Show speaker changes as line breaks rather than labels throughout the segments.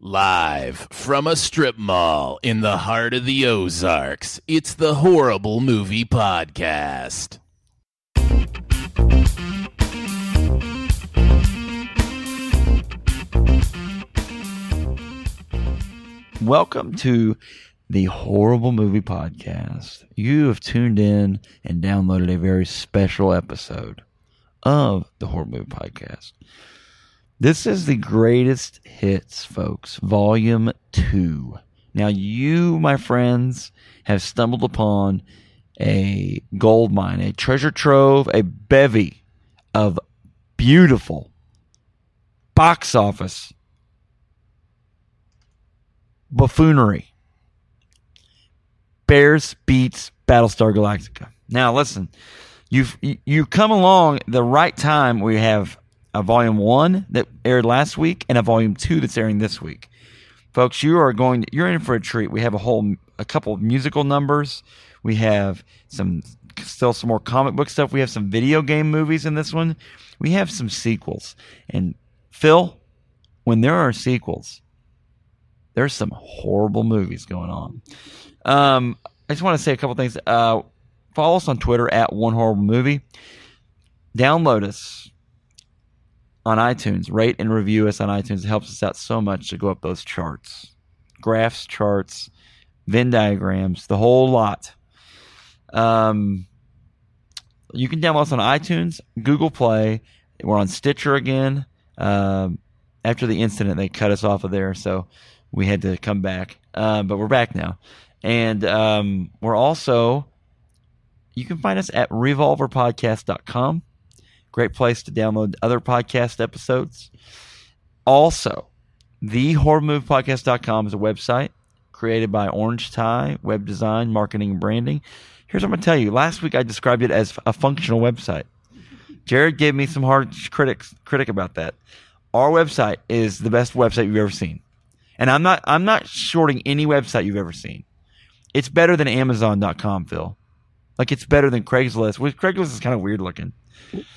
Live from a strip mall in the heart of the Ozarks, it's the Horrible Movie Podcast.
Welcome to the Horrible Movie Podcast. You have tuned in and downloaded a very special episode of the Horrible Movie Podcast. This is the greatest hits, folks, volume two. Now, you, my friends, have stumbled upon a gold mine, a treasure trove, a bevy of beautiful box office buffoonery. Bears beats Battlestar Galactica. Now listen, you've you- you come along the right time. We have a volume one that aired last week and a volume two that's airing this week, folks. You are going. You're in for a treat. We have a whole a couple of musical numbers. We have some still some more comic book stuff. We have some video game movies in this one. We have some sequels. And Phil, when there are sequels, there's some horrible movies going on. Um, I just want to say a couple things. Uh, follow us on Twitter at One Horrible Movie. Download us on iTunes. Rate and review us on iTunes. It helps us out so much to go up those charts, graphs, charts, Venn diagrams, the whole lot. Um, you can download us on iTunes, Google Play. We're on Stitcher again. Um, after the incident, they cut us off of there, so we had to come back. Uh, but we're back now, and um, we're also. You can find us at revolverpodcast.com. Great place to download other podcast episodes. Also, thehorrormovepodcast.com is a website created by Orange Tie Web Design, Marketing, and Branding. Here's what I'm going to tell you. Last week I described it as a functional website. Jared gave me some hard critics critic about that. Our website is the best website you've ever seen. And I'm not I'm not shorting any website you've ever seen. It's better than Amazon.com, Phil. Like it's better than Craigslist. Which Craigslist is kind of weird looking.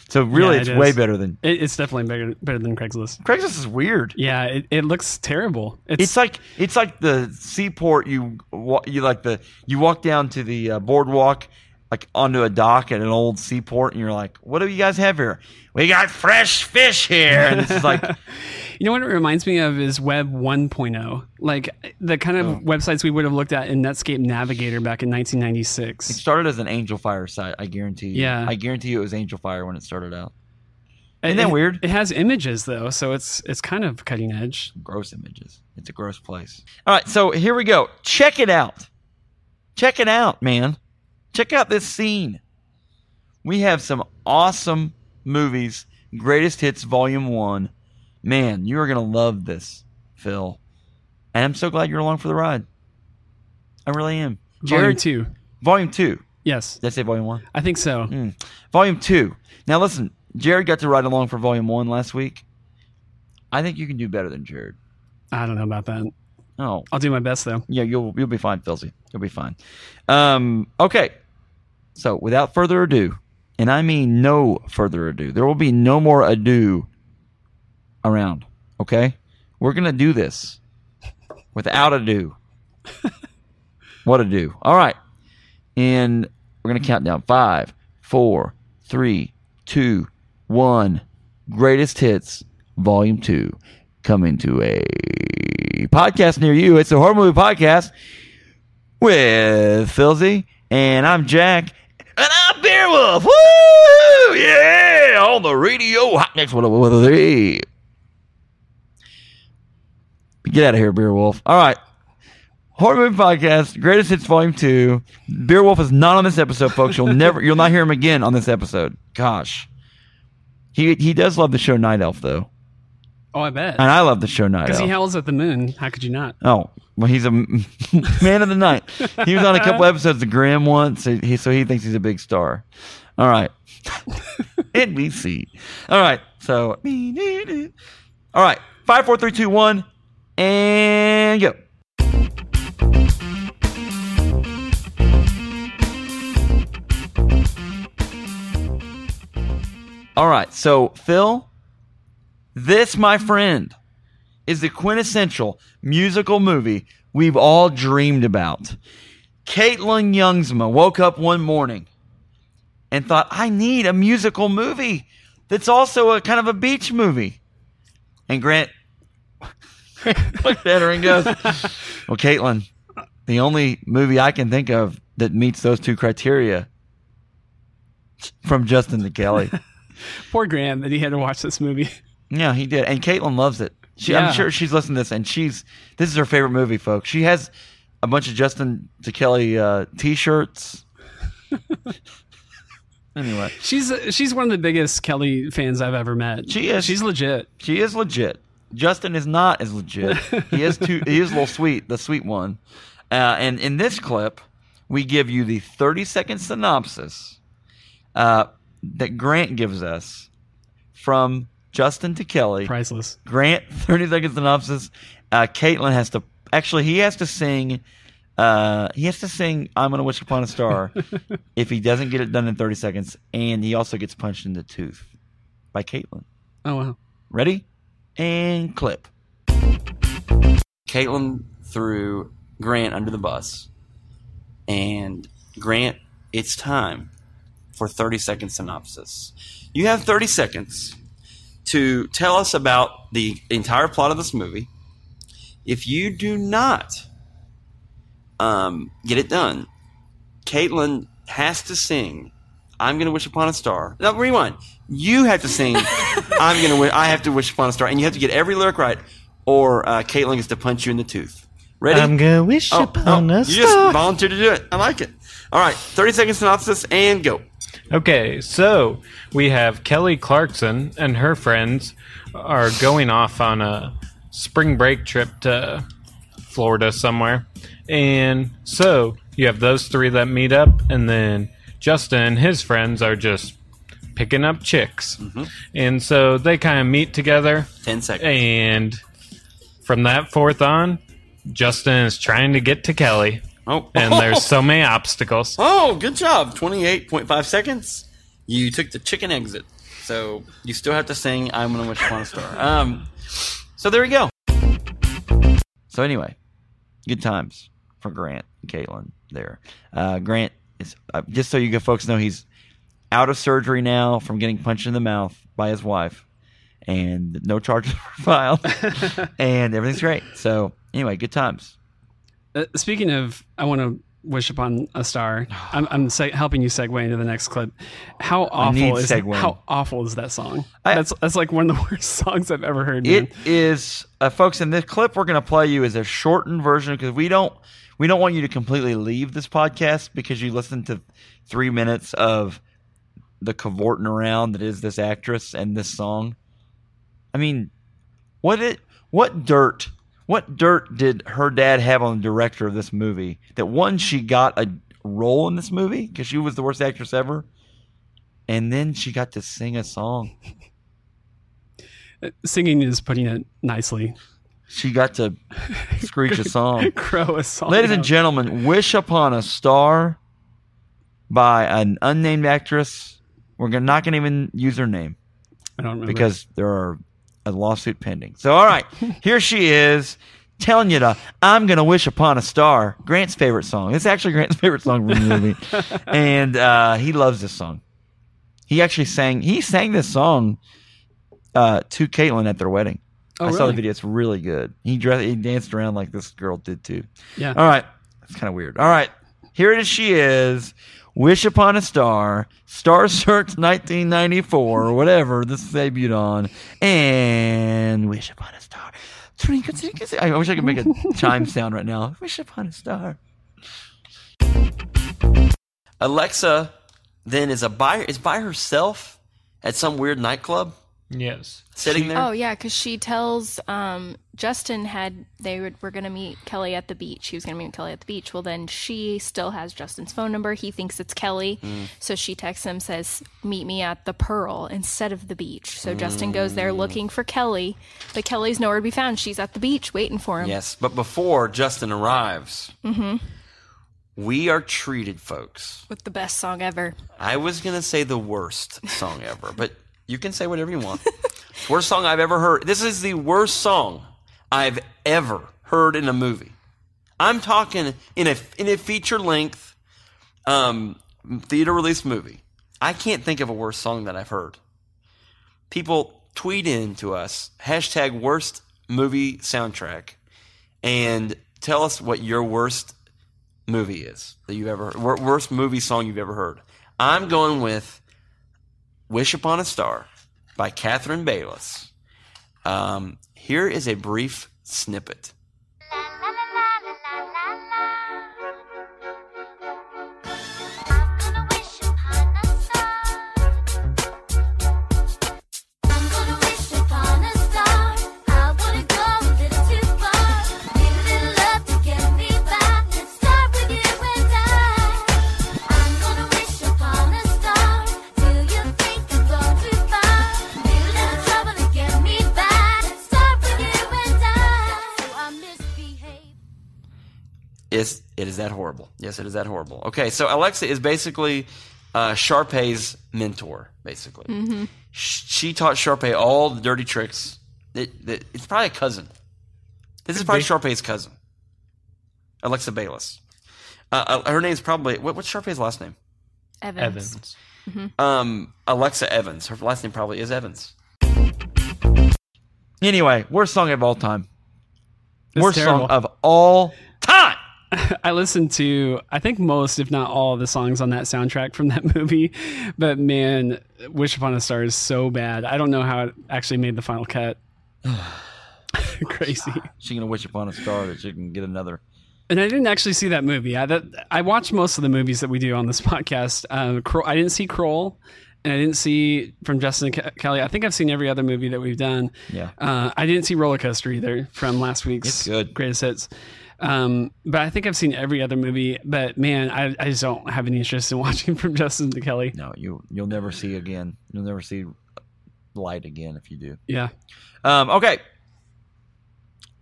So really
Yeah, it
it's way
is.
better than
It, it's definitely better, better than Craigslist.
Craigslist is weird.
Yeah, it, it looks terrible. It's,
It's like it's like the seaport. You wa- you like the you walk down to the uh, boardwalk, like onto a dock at an old seaport, and you're like, "What do you guys have here? We got fresh fish here." And this is like,
you know what it reminds me of is Web 1.0, like the kind of
Oh.
websites we would have looked at in Netscape Navigator back in
it
1996.
started as an Angel Fire site. I guarantee you.
Yeah.
I guarantee you it was Angel Fire when it started out.
Isn't
that weird?
It has images though, so it's it's kind of cutting edge.
Gross images. It's a gross place. All right, so here we go. Check it out. Check it out, man. Check out this scene. We have some awesome movies. Greatest Hits Volume 1. Man, you are going to love this, Phil. And I'm so glad you're along for the ride. I really am.
Volume
Jared,
two,
volume 2.
yes,
Did I say Volume 1?
I think so.
Volume two. Now listen, Jared got to ride along for volume one last week. I think you can do better than Jared.
I don't know about that.
Oh,
I'll do my best though.
yeah, you'll you'll be fine, Filsy. You'll be fine. Um, okay. So without further ado, and I mean no further ado, there will be no more ado around. Okay? We're gonna do this without ado. what ado? All right. And we're gonna count down five, four, three, two, one. Greatest hits, volume two, coming to a podcast near you. It's a horror movie podcast with Philzy, and I'm Jack, and I'm Beerwolf. Woo! Yeah, on the radio, hot next one with E. three. Get out of here, Beerwolf. All right. Horror Movie Podcast, Greatest Hits Volume Two. Beerwolf is not on this episode, folks. You'll never, you'll not hear him again on this episode. Gosh, he he does love the show Night Elf though,
Oh, I bet
and I love the show Night Elf.
because he howls at the moon. How could you not?
Oh, well, he's a m- man of the night. He was on a couple episodes of Grimm once, so he, so he thinks he's a big star. All right. NBC. All right. So, all right. Five, four, three, two, one, and go. All right. So, Phil, this, my friend, is the quintessential musical movie we've all dreamed about. Caitlin Youngsma woke up one morning and thought, I need a musical movie that's also a kind of a beach movie. And Grant looked at her and goes, Well, Caitlin, the only movie I can think of that meets those two criteria from Justin to Kelly.
Poor Graham that he had to watch this movie.
Yeah, he did. And Caitlin loves it. She,
Yeah.
I'm sure she's listening to this, and she's this is her favorite movie, folks. She has a bunch of Justin to Kelly uh, t-shirts. anyway,
She's she's one of the biggest Kelly fans I've ever met.
She is.
She's legit.
she is legit. Justin is not as legit. He is too. he is a little sweet, the sweet one. Uh, and in this clip, we give you the 30 second synopsis uh, that Grant gives us from Justin to Kelly.
Priceless.
Grant, 30 second synopsis. Uh, Caitlin has to actually he has to sing. Uh, he has to sing "I'm Gonna Wish Upon a Star" if he doesn't get it done in 30 seconds, and he also gets punched in the tooth by Caitlin.
Oh wow.
Ready and clip.
Caitlin threw Grant under the bus. And Grant, it's time for 30 second synopsis. You have 30 seconds to tell us about the entire plot of this movie. If you do not um, get it done, Caitlin has to sing. I'm gonna wish upon a star. No, rewind. You have to sing. I'm gonna. Wi- I have to wish upon a star, and you have to get every lyric right, or uh, Caitlin gets to punch you in the tooth. Ready?
I'm gonna wish upon
oh,
a
you just
star.
volunteered to do it. I like it. All right, 30 second synopsis and go.
Okay, so we have Kelly Clarkson and her friends are going off on a spring break trip to Florida somewhere. And so you have those three that meet up, and then Justin and his friends are just picking up chicks. And so they kind of meet together,
10 Mm-hmm. seconds.
and from that forth on, Justin is trying to get to Kelly.
Oh,
And there's so many obstacles.
Oh, good job. 28.5 seconds. You took the chicken exit. So you still have to sing I'm going to wish upon a star. Um, so there you go.
So anyway, good times for Grant and Caitlin there. Uh, Grant is uh, just so you go, folks know he's out of surgery now from getting punched in the mouth by his wife, and no charges were filed, and everything's great. So anyway, good times.
Uh, speaking of, I want to wish upon a star. I'm, I'm se- helping you segue into the next clip. How
need
awful is
segue.
how awful is that song?
I-
that's that's like one of the worst songs I've ever heard. man.
It is, uh, folks. In this clip, we're going to play you is a shortened version because we don't we don't want you to completely leave this podcast because you listened to three minutes of the cavorting around that is this actress and this song. I mean, what it what dirt what dirt did her dad have on the director of this movie that one she got a role in this movie because she was the worst actress ever, and then she got to sing a song.
Uh, Singing is putting it nicely.
She got to screech a song.
Crow a song.
Ladies and
out.
gentlemen, Wish Upon a Star by an unnamed actress. We're gonna- not going to even use her name
I don't remember.
because there are a lawsuit pending. So, all right, here she is telling you to I'm going to wish upon a star. Grant's favorite song. It's actually Grant's favorite song from the movie. and uh, he loves this song. He actually sang he sang this song uh, to Caitlin at their wedding.
oh,
I
really?
saw the video. It's really good. He dressed, he danced around like this girl did too.
Yeah.
All right. It's kind of weird. All right. Here it is. She is. Wish Upon a Star, Star Search 1994, or whatever this debuted on, and Wish Upon a Star. Twinkle, twinkle, twinkle. I wish I could make a chime sound right now. Wish Upon a Star.
Alexa then is a by, is by herself at some weird nightclub
Yes.
sitting there.
Oh yeah, because she tells um, Justin had they would, were going to meet Kelly at the beach. She was going to meet Kelly at the beach. Well, then she still has Justin's phone number. He thinks it's Kelly,
Mm.
so she texts him says, "Meet me at the Pearl instead of the beach." So Justin goes there
Mm.
looking for Kelly, but Kelly's nowhere to be found. She's at the beach waiting for him. Mm-hmm.
Yes, but before Justin arrives, we are treated, folks.
With the best song ever.
I was gonna say the worst song ever, but you can say whatever you want. worst song I've ever heard. This is the worst song I've ever heard in a movie. I'm talking in a in a feature length um, theater release movie. I can't think of a worse song that I've heard. People tweet in to us hashtag worst movie soundtrack and tell us what your worst movie is that you've ever wor- worst movie song you've ever heard. I'm going with "Wish Upon a Star" by Catherine Bayless. Um, here is a brief snippet. It's, it is that horrible. Yes, it is that horrible. Okay, so Alexa is basically uh, Sharpay's mentor, basically. Sh- She taught Sharpay all the dirty tricks. It, that it's probably a cousin. This is probably Sharpay's cousin, Alexa Bayless. Uh, uh, her name's probably, what, what's Sharpay's last name?
Evans.
Evans.
Um, Alexa Evans. Her last name probably is Evans.
Anyway, worst song of all time.
It's
worst
terrible.
song of all time.
I listened to I think most, if not all, of the songs on that soundtrack from that movie. But man, Wish Upon a Star is so bad. I don't know how it actually made the final cut. Crazy.
She gonna wish upon a star that she can get another.
And I didn't actually see that movie. I that I watched most of the movies that we do on this podcast. Um, Crawl, I didn't see Kroll, and I didn't see from Justin and Ke- Kelly. I think I've seen every other movie that we've done.
Yeah.
Uh, I didn't see Roller Coaster either from last week's
It's good.
greatest hits. Um, but I think I've seen every other movie. But man, I, I just don't have any interest in watching from Justin to Kelly.
No, you you'll never see again. You'll never see light again if you do.
Yeah,
Um, okay.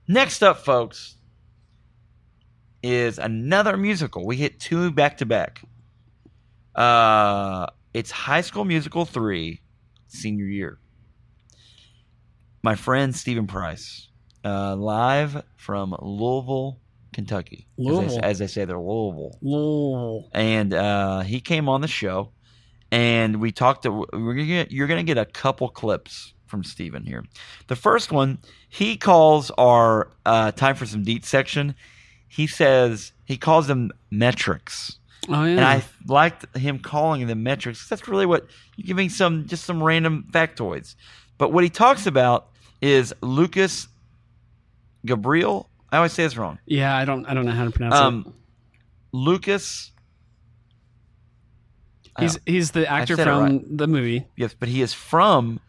Next up, folks, is another musical. We hit two back to back. Uh, it's High School Musical 3, senior year. My friend Stephen Price, uh, live from Louisville, Kentucky. As they-
Louisville.
as they say, they're Louisville
Lol.
and uh, he came on the show, and we talked. To, we're gonna get, you're going to get a couple clips from Steven here. The first one, he calls our uh, time for some deet section. He says he calls them metrics,
Oh yeah.
and I liked him calling them metrics. 'cause That's really what you're giving some just some random factoids. But what he talks about is Lucas Gabriel. I always say this wrong.
yeah, I don't I don't know how to pronounce
Um, Lucas.
it. He's he's the actor
said it
from
right.
the movie.
Yes, but he is from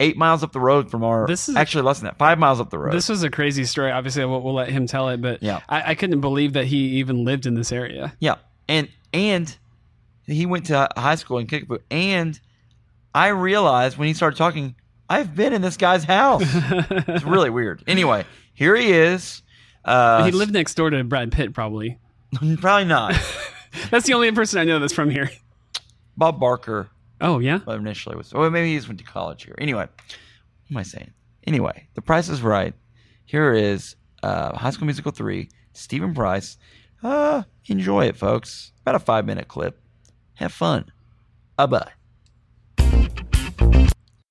eight miles up the road from our.
This
This
is-
is actually less than that, five miles up the road.
This was a crazy story. Obviously, we'll, we'll let him tell it, but
Yeah.
I, I couldn't believe that he even lived in this area.
yeah, and and he went to high school in Kickapoo, and I realized when he started talking, I've been in this guy's house. it's really weird. Anyway, here he is. Uh,
he lived next door to Brad Pitt, probably.
probably not
That's the only person I know that's from here.
Bob Barker.
Oh yeah,
but initially was. Well, maybe he just went to college here. Anyway, what am I saying? Anyway, The Price is Right. Here is uh, High School Musical three. Stephen Price. Uh, enjoy it, folks. About a five minute clip. Have fun. Uh, bye.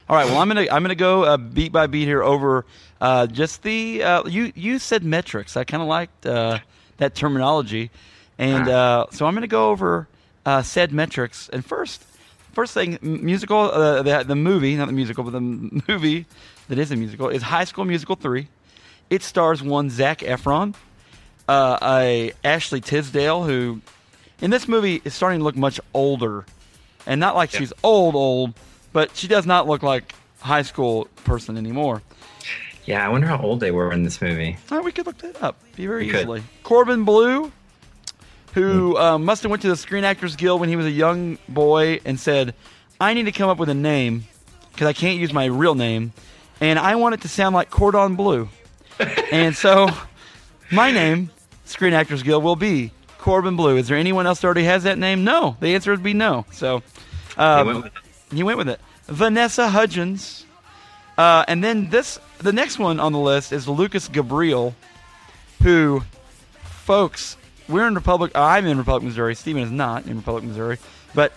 All right. Well, I'm gonna I'm gonna go uh, beat by beat here over uh, just the uh, you you said metrics. I kind of liked uh, that terminology, and uh, so I'm gonna go over uh, said metrics. And first, first thing, m- musical uh, the the movie, not the musical, but the m- movie that is a musical is High School Musical three. It stars one Zach Efron, uh, a Ashley Tisdale who, in this movie, is starting to look much older, and not like she's old old, but she does not look like high school person anymore.
Yeah, I wonder how old they were in this movie.
Oh, we could look that up be very
We could. Hmm.
easily. Corbin Blue, who uh, must have went to the Screen Actors Guild when he was a young boy and said, "I need to come up with a name because I can't use my real name, and I want it to sound like Cordon Bleu." and so, my name, Screen Actors Guild, will be Corbin Blue. Is there anyone else that already has that name? No. The answer would be no. So,
They
uh,
went with-
he went with it. Vanessa Hudgens, Uh, and then this, the next one on the list is Lucas Gabriel, who, folks, we're in Republic. uh, I'm in Republic, Missouri. Steven is not in Republic, Missouri. But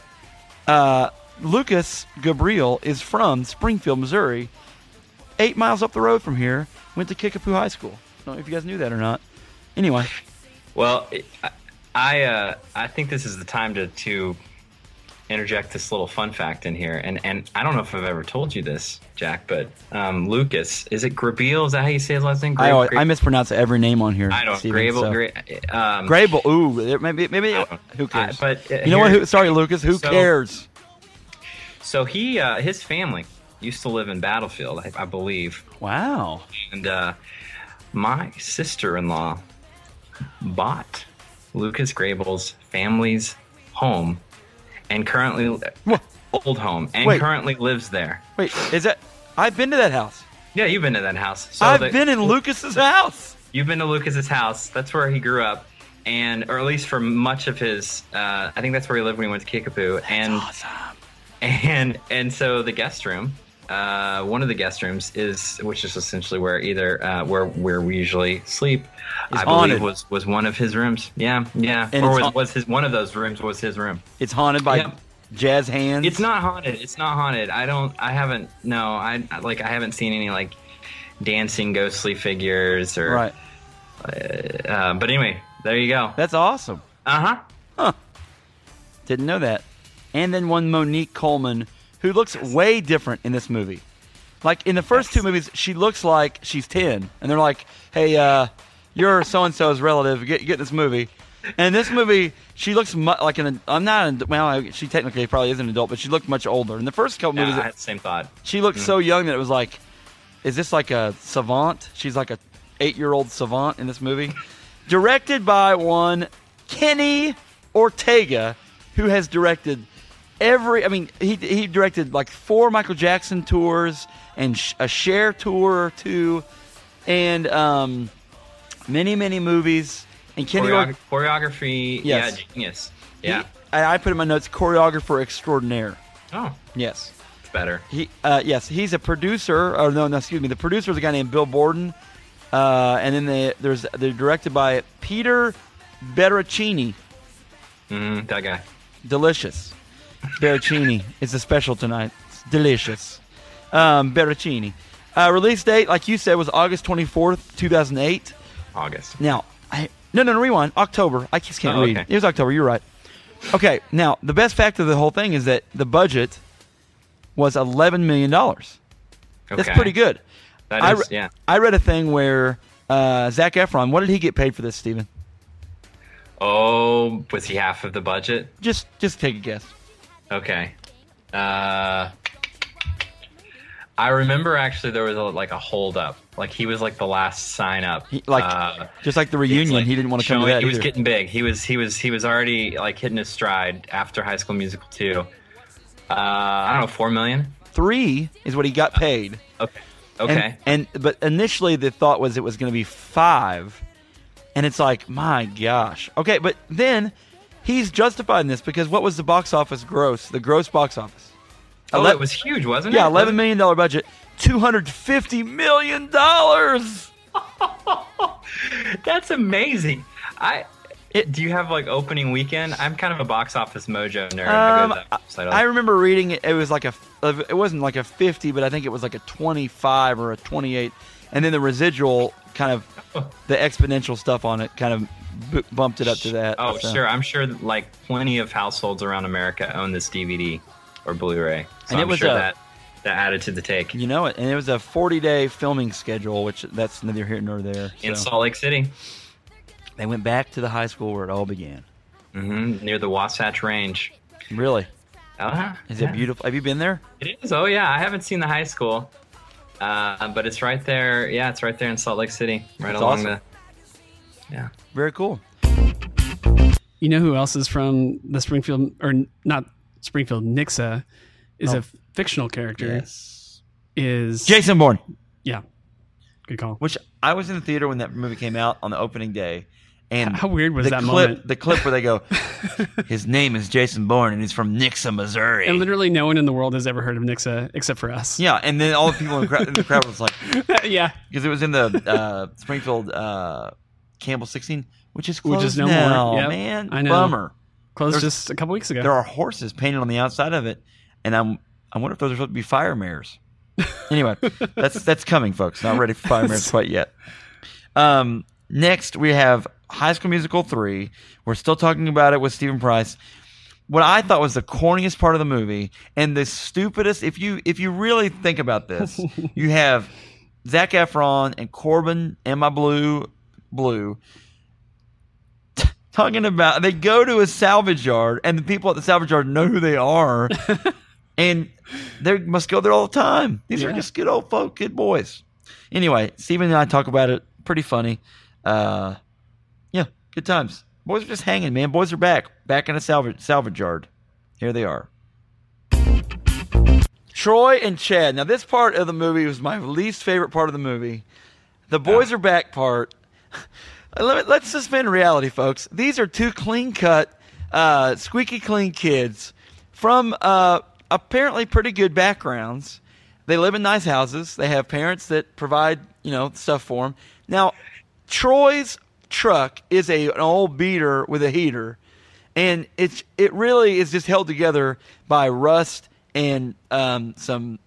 uh, Lucas Gabriel is from Springfield, Missouri, eight miles up the road from here. Went to Kickapoo High School. Don't know if you guys knew that or not. Anyway,
Well, I I, uh, I think this is the time to to interject this little fun fact in here, and and I don't know if I've ever told you this, Jack, but um, Lucas is it Grabiel? Is that how you say his last name?
I, always,
Gra-
I mispronounce every name on here.
I don't
Steven,
Grable.
so-
Gra- um,
Grable. Ooh, there- maybe maybe
I don't-
who cares?
I- but uh,
you know what?
here-
Who, sorry, Lucas. Who
So-
cares?
so he uh, his family used to live in Battlefield, I, I believe,
Wow.
and uh, my sister-in-law bought Lucas Grable's family's home, and currently
Wha-
old home, and
Wait.
currently lives there.
Wait, is that? I've been to that house.
Yeah, you've been to that house. So
I've
the-
been in Lucas's house.
You've been to Lucas's house. That's where he grew up, and or at least for much of his. Uh, I think that's where he lived when he went to Kickapoo. and and and so the guest room, uh, one of the guest rooms is, which is essentially where either uh, where where we usually sleep.
Is
I
haunted.
believe was was one of his rooms. Yeah, yeah.
And
or
it's
was,
haun-
was his one of those rooms was his room.
It's haunted by
Yeah.
jazz hands.
It's not haunted. It's not haunted. I don't. I haven't. No. I like. I haven't seen any like dancing ghostly figures or.
right.
Uh, but anyway, there you go.
That's awesome.
Uh huh.
Didn't know that. And then one Monique Coleman, who looks way different in this movie. Like in the first two movies, she looks like she's ten, and they're like, "Hey, uh, you're so and so's relative. Get get this movie." And in this movie, she looks mu- like an. I'm not. An, well, I- she technically probably is an adult, but she looked much older. In the first couple
Yeah,
movies,
I had the same thought.
she looked so young that it was like, is this like a savant? She's like a eight year old savant in this movie. Directed by one Kenny Ortega, who has directed every. I mean, he he directed like four Michael Jackson tours and sh- a Cher tour or two, and um, many many movies. And Kenny Ortega.
Choreog- choreography.
Yes.
Yeah, genius. Yeah.
I I put in my notes choreographer extraordinaire.
oh,
Yes.
it's better.
He, uh, yes, he's a producer. Or no, no, excuse me. The producer is a guy named Bill Borden, uh, and then they, there's they're directed by Peter Berracini.
Mm, that guy.
Delicious. Berracini. it's a special tonight. It's delicious. Um, Berracini. Uh, release date, like you said, was August 24th, 2008.
August.
Now, I, no, no, no, rewind. October. I just can't
Oh,
read.
okay.
It was October. You're right. Okay. Now, the best fact of the whole thing is that the budget was 11 million dollars.
Okay.
That's pretty good.
That
I
is-
re-
yeah.
I read a thing where uh, Zach Efron. What did he get paid for this, Steven?
Oh, was he half of the budget?
Just, just take a guess.
Okay. Uh, I remember actually there was a, like a holdup. Like he was like the last sign up.
He, like,
Uh,
just like the
it's,
reunion,
like,
he didn't want to come to
showing-
that
He was
either.
getting big. He was he was he was already like hitting his stride after High School Musical two. Uh, I don't know, four million.
Three is what he got paid.
Okay.
And-
Okay.
And, but initially the thought was it was going to be five, and it's like my gosh. Okay, but then he's justifying this because what was the box office gross? The gross box office.
oh,
ele-
that was huge, wasn't it?
Yeah, eleven million dollar budget, two hundred fifty million dollars.
That's amazing. I do you have like opening weekend? I'm kind of a box office mojo nerd.
Um,
I, go to that website all
I remember reading it. It was like a, it wasn't like a fifty, but I think it was like a twenty-five or a twenty-eight, and then the residual kind of, the exponential stuff on it kind of bu- bumped it up to that.
Oh,
so.
sure. I'm sure like plenty of households around America own this DVD or Blu-ray. So
And it
I'm
was
sure
a-
that that added to the take.
You know it, and it was a forty-day filming schedule, which that's neither here nor there.
In
so.
Salt Lake City,
They went back to the high school where it all began.
hmm near the Wasatch Range.
Really,
Uh,
is
yeah.
it beautiful? Have you been there?
It is. Oh yeah, I haven't seen the high school, uh, but it's right there. Yeah, it's right there in Salt Lake City, right
That's
along
awesome.
the. Yeah.
Very cool.
You know who else is from the Springfield or not Springfield Nixa is a fictional character.
Oh. Yes.
Is
Jason Bourne.
Yeah. Good call.
Which I was in the theater when that movie came out on the opening day, And
How weird was
the
that
clip,
moment?
The clip where they go, his name is Jason Bourne and he's from Nixon, Missouri.
And literally, no one in the world has ever heard of Nixa except for us.
yeah, and then all the people in the, crowd in the crowd was like,
yeah.
because it was in the uh, Springfield uh, Campbell 16, which is closed
Which is no more.
now,
Yep.
man.
I know.
Bummer.
Closed
There's-
just a couple weeks ago.
There are horses painted on the outside of it, and I'm I wonder if those are supposed to be fire mares. Anyway, that's that's coming, folks. Not ready for fire mares quite yet. Um, next we have High School Musical three. We're still talking about it with Stephen Price. What I thought was the corniest part of the movie and the stupidest. If you if you really think about this, you have Zach Efron and Corbin and my blue blue talking about they go to a salvage yard and the people at the salvage yard know who they are and they must go there all the time these are
Yeah.
just good old folk good boys anyway steven and i talk about it pretty funny uh yeah good times boys are just hanging man boys are back back in a salvage salvage yard here they are troy and chad now this part of the movie was my least favorite part of the movie the boys are back part let, us suspend reality, folks. These are two clean cut, uh, squeaky clean kids from uh, apparently pretty good backgrounds. They live in nice houses. They have parents that provide, you know, stuff for them. Now, Troy's truck is a, an old beater with a heater, and it's it really is just held together by rust and um, some,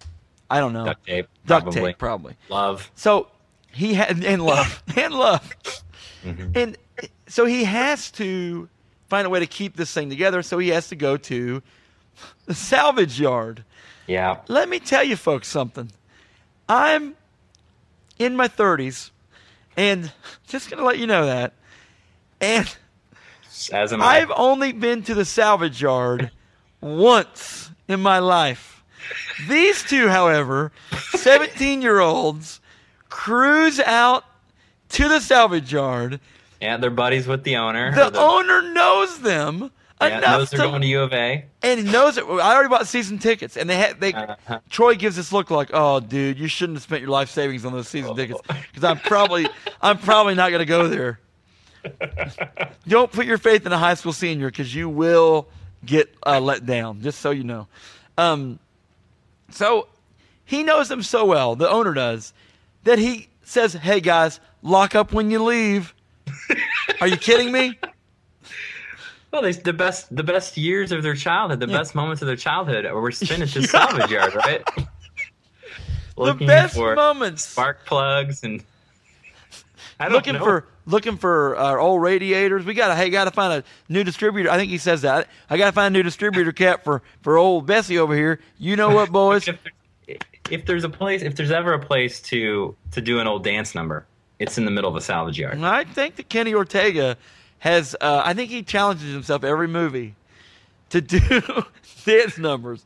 I don't know,
Duct tape,
duct
probably.
tape, probably.
Love.
So he had and love and love, and so he has to find a way to keep this thing together. So he has to go to the salvage yard.
Yeah.
Let me tell you folks something. I'm in my 30s, and just gonna let you know that. And
As am I.
I've only been to the salvage yard once in my life. These two, however, 17 year olds, cruise out to the salvage yard.
Yeah, they're buddies with the owner.
The
or
owner knows them
yeah,
enough
those are going to U of A.
and he knows it. I already bought season tickets, and they had they.
Uh-huh.
Troy gives this look like, "Oh, dude, you shouldn't have spent your life savings on those season tickets because I'm probably I'm probably not going to go there." Don't put your faith in a high school senior because you will get uh, let down. Just so you know. Um, so he knows them so well, the owner does, that he says, "Hey guys, lock up when you leave." Are you kidding me?
Well, they, the best the best years of their childhood, the best moments of their childhood were spent at this
Yeah.
salvage yard, right?
The
Looking
best
for
moments.
spark plugs and I don't
looking
know.
for looking for our old radiators. We gotta hey, gotta find a new distributor. I think he says that. I gotta find a new distributor cap for for old Bessie over here. You know what, boys?
if, if there's a place, if there's ever a place to to do an old dance number, it's in the middle of a salvage yard.
I think that Kenny Ortega has. Uh, I think he challenges himself every movie to do dance numbers.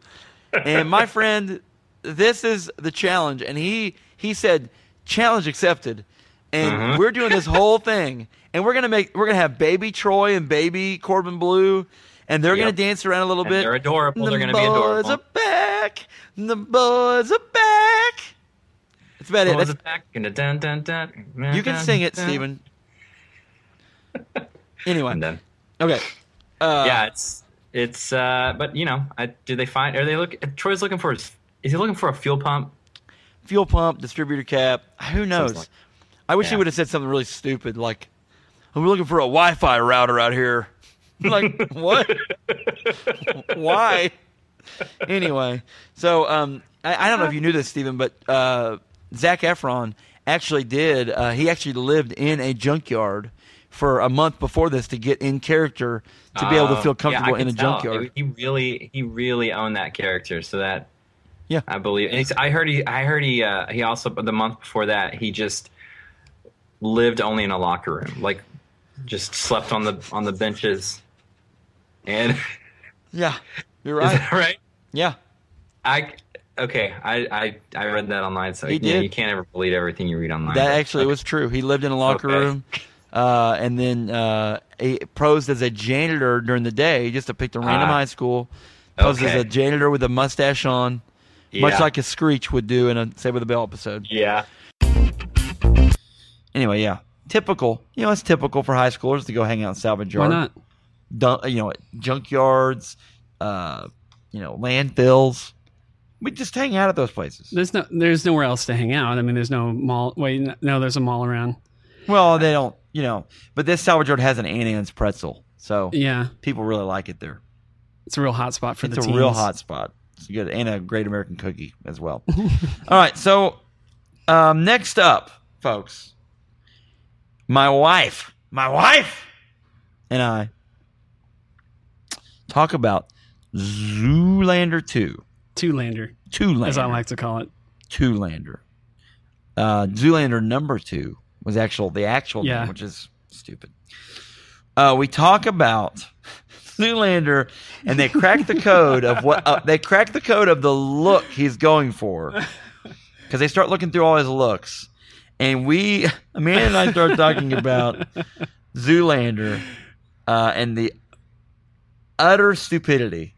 And my friend, this is the challenge. And he he said, challenge accepted. And
Mm-hmm.
we're doing this whole thing, and we're gonna make we're gonna have baby Troy and baby Corbin Blue, and they're gonna
Yep.
dance around a little
And
bit.
they're adorable.
The
They're gonna be
boys
adorable.
are back. The boys are back. That's about it.
What was
That's-
it back? Gonna dun, dun, dun, dun,
you can
dun,
sing it,
dun.
Stephen. Anyway,
And then,
okay. Uh,
yeah, it's it's. Uh, but you know, I, do they find? Are they look? Troy's looking for his. Is he looking for a fuel pump?
Fuel pump, distributor cap. Who knows?
like-
I wish he
yeah.
would have said something really stupid like, "We're looking for a Wi-Fi router out here." like what? Why? Anyway, so um, I, I don't know if you knew this, Stephen, but uh, Zach Efron actually did. Uh, he actually lived in a junkyard for a month before this to get in character to be able to
Oh, yeah,
feel
I
comfortable in
can
a
tell.
junkyard.
He really, he really owned that character. So that,
Yeah.
I believe. And he's, I heard he, I heard he, uh, he also the month before that he just lived only in a locker room, like just slept on the on the benches, and
Yeah, you're
is
right.
that right?
Yeah,
I okay. I I, I read that online, so
He
yeah,
did.
you can't ever believe everything you read online.
that
but-
actually
okay.
was true. He lived in a locker
Okay.
room, uh, and then uh, he posed as a janitor during the day. He just picked a random
Ah.
high school, posed
Okay.
as a janitor with a mustache on, much
Yeah.
like a Screech would do in a Save with the Bell episode.
yeah.
Anyway, yeah, Typical, you know, it's typical for high schoolers to go hang out in salvage
Why
yard,
not?
dun- you know, at junkyards, uh, you know, landfills. We just hang out at those places.
There's no there's nowhere else to hang out. I mean, there's no mall. Wait, n- no, there's a mall around.
Well, they don't, you know, but this salvage yard has an Annan's pretzel, so
Yeah,
people really like it there.
it's a real hot spot for
it's
the
a
teens.
real hot spot. It's good and a great American cookie as well. All right, so um, next up, folks, my wife, my wife, and I talk about Zoolander two,
Two lander,
two lander,
as I like to call it.
two lander. Uh, Zoolander number two was actual the actual
Yeah.
name, which is stupid. Uh, we talk about Zoolander, and they crack the code of what uh, they crack the code of the look he's going for, because they start looking through all his looks, and we Amanda and I start talking about Zoolander uh, and the utter stupidity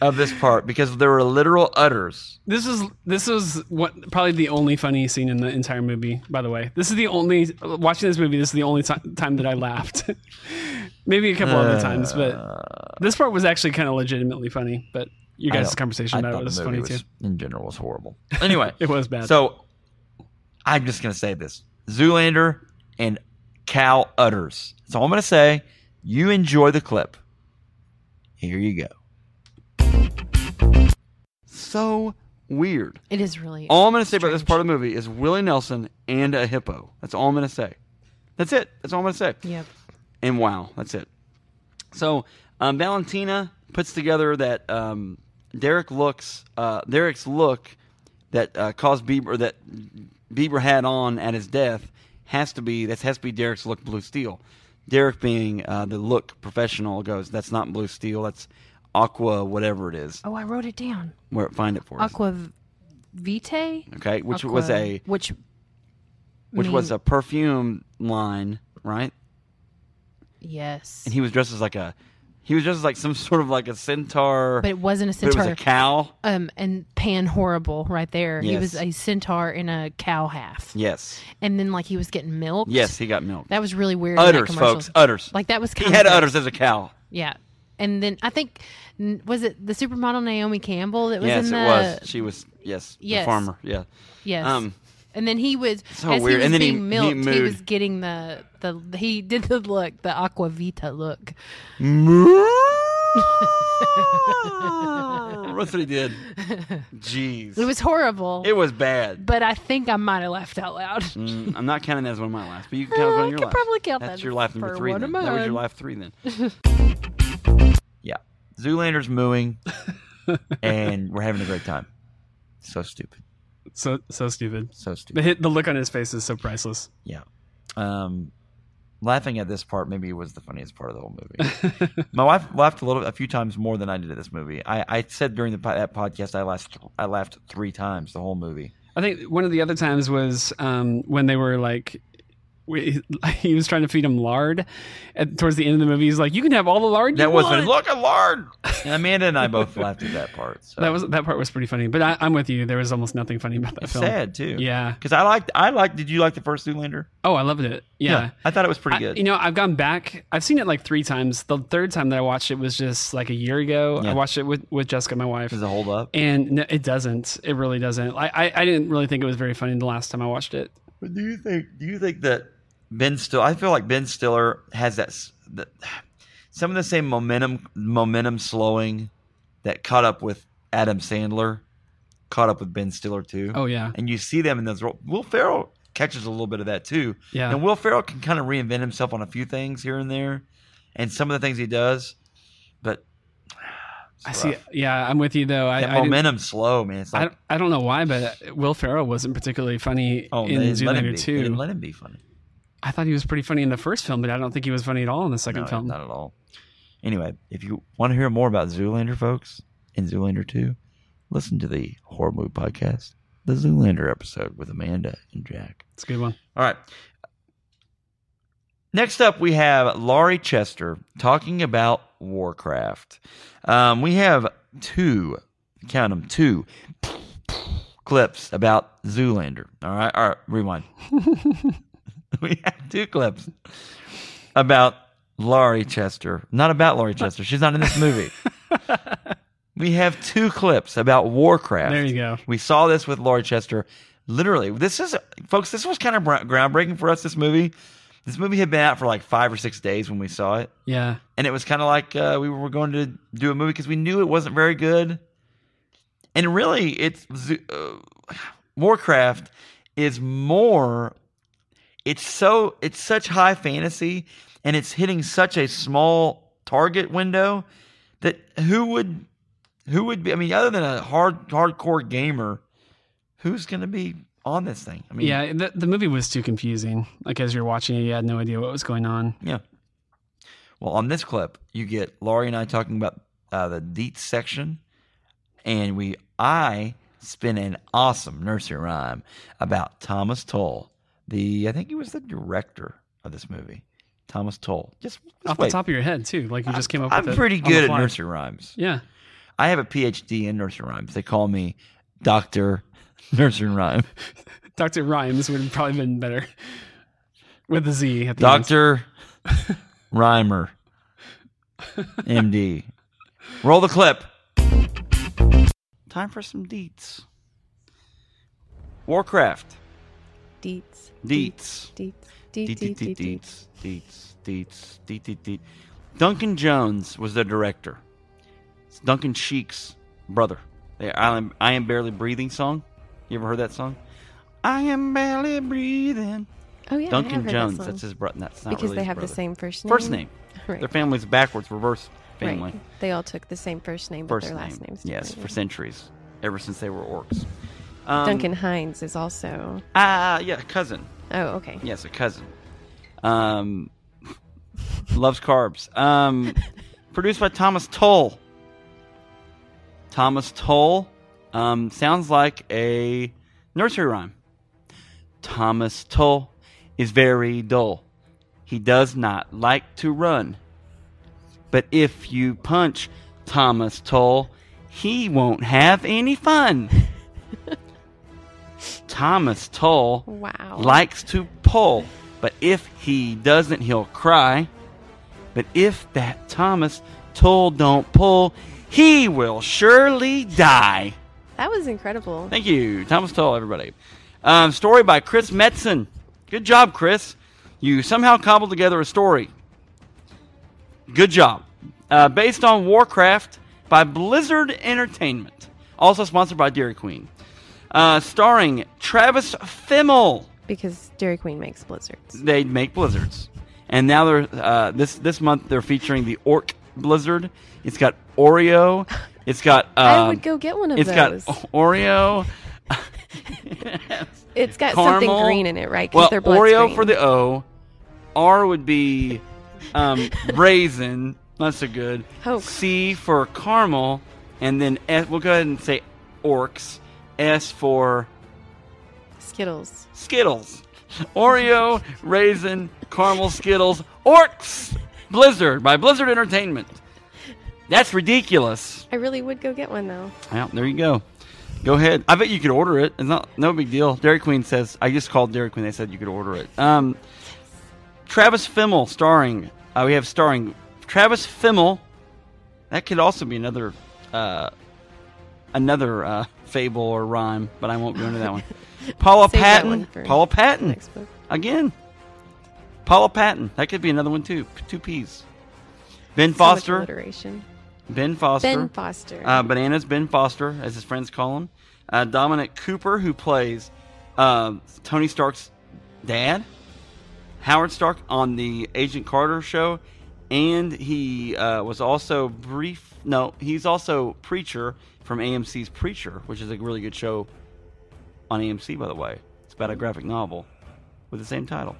of this part because there were literal utters.
This is this is what probably the only funny scene in the entire movie. By the way, this is the only watching this movie. This is the only ti- time that I laughed. Maybe a couple other times, but
Uh,
this part was actually kind of legitimately funny. But your
I
guys'
don't-
conversation about it was funny too.
in general was horrible. Anyway,
It was bad.
so I'm just gonna say this: Zoolander and Cal Utters. So I'm gonna say, you enjoy the clip. Here you go. So weird.
It is really.
All I'm gonna say about this part of the movie is Willie Nelson and a hippo. That's all I'm gonna say. That's it. That's all I'm gonna say
Yep.
and wow, that's it. So um, Valentina puts together that um, Derek looks uh, Derek's look that uh, caused Bieber that Bieber had on at his death has to be that has to be Derek's look blue steel. Derek being uh, the look professional goes that's not blue steel that's aqua whatever it is
Oh, I wrote it down.
where find it for us
Aqua v- Vitae,
okay which was
Aqua-
a
which
which was
mean-
a perfume line right
yes,
and he was dressed as like a he was dressed as like some sort of like a centaur
but it wasn't a
but it
centaur.
was a cow
um, and Pan horrible right there. He
Yes.
was a centaur in a cow half,
Yes.
and then like he was getting milked.
Yes, he got milk.
that was really weird. in that
udders,
commercial.
folks. Udders.
Like that was
he
kind
had
of
udders as a cow.
Yeah, and then I think n- was it the supermodel Naomi Campbell that was
yes,
in the
it was. She was yes,
Yes.
the farmer. Yeah.
yes.
Um,
and then he was
So
as
weird.
he was
And then he-
being
he
milked. He,
moved.
was getting the the he did the look, the aquavita look.
That's what he did. Jeez.
It was horrible.
It was bad.
but I think I might have laughed out loud.
Mm, I'm not counting that as one of my laughs, but you can count as
Uh, I
one of your
could
laughs.
probably count
That's
that
your laugh number
for
three.
one
Then.
of
That was your
mine.
laugh three then. yeah. Zoolander's mooing, and we're having a great time. So stupid.
so so stupid.
So stupid.
The hit, the look on his face is so priceless.
Yeah. Um, laughing at this part maybe was the funniest part of the whole movie. My wife laughed a little, a few times more than I did at this movie. I, I said during the po- that podcast I laughed, I laughed three times the whole movie.
I think one of the other times was um, when they were like, we, he was trying to feed him lard. At, towards the end of the movie, he's like, "You can have all the lard."
That
you
was
want."
funny. look at lard. And Amanda and I both laughed at that part. So.
That was that part was pretty funny. But I, I'm with you. There was almost nothing funny about that
It's
film.
sad too.
Yeah.
Because I liked, I liked. Did you like the first Zoolander?
Oh, I loved it. Yeah.
I thought it was pretty
I-
good.
you know, I've gone back. I've seen it like three times. The third time that I watched it was just like a year ago.
Yeah.
I watched it with, with Jessica, my wife.
Does it hold up?
And no, it doesn't. It really doesn't. I, I, I didn't really think it was very funny the last time I watched it.
But do you think do you think that Ben Still? I feel like Ben Stiller has that, s- that some of the same momentum momentum slowing that caught up with Adam Sandler, caught up with Ben Stiller too.
Oh yeah,
And you see them in those roles. Will Ferrell catches a little bit of that too.
yeah.
And Will Ferrell can kind of reinvent himself on a few things here and there, and some of the things he does, but it's
I see.
rough.
Yeah, I'm with you though. I,
that
I, didn't-
momentum slow, man. It's
I,
like
don't, I don't know why, but Will Ferrell wasn't particularly funny
oh,
in
they didn't let
Zoolander
him be. They didn't
two.
let him be funny.
I thought he was pretty funny in the first film, but I don't think he was funny at all in the second
No,
film.
Not at all. Anyway, if you want to hear more about Zoolander, folks, and Zoolander 2, listen to the Horror Movie Podcast, the Zoolander episode with Amanda and Jack.
It's a good one.
All right. Next up, we have Laurie Chester talking about Warcraft. Um, we have two, count them, two clips about Zoolander. All right. All right. Rewind. we have two clips about Laurie Chester. Not about Laurie Chester. She's not in this movie. we have two clips about Warcraft.
There you go.
We saw this with Laurie Chester. Literally, this is, folks, this was kind of br- groundbreaking for us, this movie. This movie had been out for like five or six days when we saw it.
Yeah.
And it was kind of like uh, we were going to do a movie because we knew it wasn't very good. And really, it's uh, Warcraft is more. It's so it's such high fantasy, and it's hitting such a small target window that who would who would be? I mean, other than a hard hardcore gamer, who's going to be on this thing? I mean,
Yeah, the, the movie was too confusing. Like as you're watching it, you had no idea what was going on.
Yeah. Well, on this clip, you get Laurie and I talking about uh, the Deets section, and we I spin an awesome nursery rhyme about Thomas Toll. The I think he was the director of this movie, Thomas Toll. Just, just
Off
wait.
the top of your head, too. Like you just came up
I'm
with it
pretty
on the
good at
fly.
nursery rhymes.
Yeah.
I have a PhD in nursery rhymes. They call me Doctor Nursery Rhyme.
Dr. Rhymes would have probably been better. With a Z at the end.
Doctor Rhymer, MD. Roll the clip. Time for some deets. Warcraft.
Deets.
Deets.
Deets.
Deet,
Deets.
deet,
Deets.
deet,
Deets. Deets.
Deets. Deets. Deets. Deet, deet, deet. Duncan Jones was the director. It's Duncan Sheik's brother. The I am, I am Barely Breathing song. You ever heard that song? I am barely breathing.
Oh yeah, I have
Duncan
heard that
Jones.
song.
That's his brother. That's not
because
really
they
his
have the
brother.
same first name.
First name.
Right.
Their family's backwards, reverse
right.
family.
They all took the same first name,
First
but their
name.
last names.
Yes,
different,
for
yeah.
centuries, ever since they were orcs. Um,
Duncan Hines is also.
Ah, yeah, cousin.
Oh, okay.
Yes, a cousin. Um, loves carbs. Um, produced by Thomas Toll. Thomas Toll um, sounds like a nursery rhyme. Thomas Toll is very dull. He does not like to run. But if you punch Thomas Toll, he won't have any fun. Thomas Toll
Wow.
likes to pull, but if he doesn't, he'll cry. But if that Thomas Toll don't pull, he will surely die.
that was incredible.
Thank you, Thomas Toll, everybody. Um, story by Chris Metzen. Good job, Chris. You somehow cobbled together a story. Good job. Uh, based on Warcraft by Blizzard Entertainment. Also sponsored by Dairy Queen. Uh, starring Travis Fimmel
Because Dairy Queen makes blizzards.
they make blizzards, and now they're uh, this this month they're featuring the orc blizzard. It's got Oreo. It's got. Uh,
I would go get one of
It's
those.
got Oreo.
it's got
caramel.
something green in it, right? 'Cause
Well,
they're blood's
Oreo
green.
for the O. R would be um, raisin. Not so good.
Oh.
C for caramel, and then S, we'll go ahead and say orcs. S for
Skittles.
Skittles. Oreo, raisin, caramel Skittles, Orcs Blizzard by Blizzard Entertainment. That's ridiculous.
I really would go get one though.
Well, there you go. Go ahead. I bet you could order it. It's not no big deal. Dairy Queen says I just called Dairy Queen. They said you could order it. Um, Travis Fimmel starring. Uh, we have starring Travis Fimmel. That could also be another uh, another uh, fable or rhyme, but I won't go into that one. Paula
Save that one
Patton.
for
Paula Patton
Next book.
again. Paula Patton. That could be another one too. P- Two P's. Ben
So much
Foster.
alliteration.
ben Foster.
Ben Foster.
Uh, Bananas. Ben Foster, as his friends call him. Uh, Dominic Cooper, who plays uh, Tony Stark's dad, Howard Stark on the Agent Carter show, and he uh, was also brief. No, he's also preacher from AMC's Preacher, which is a really good show on AMC, by the way. It's about a graphic novel with the same title.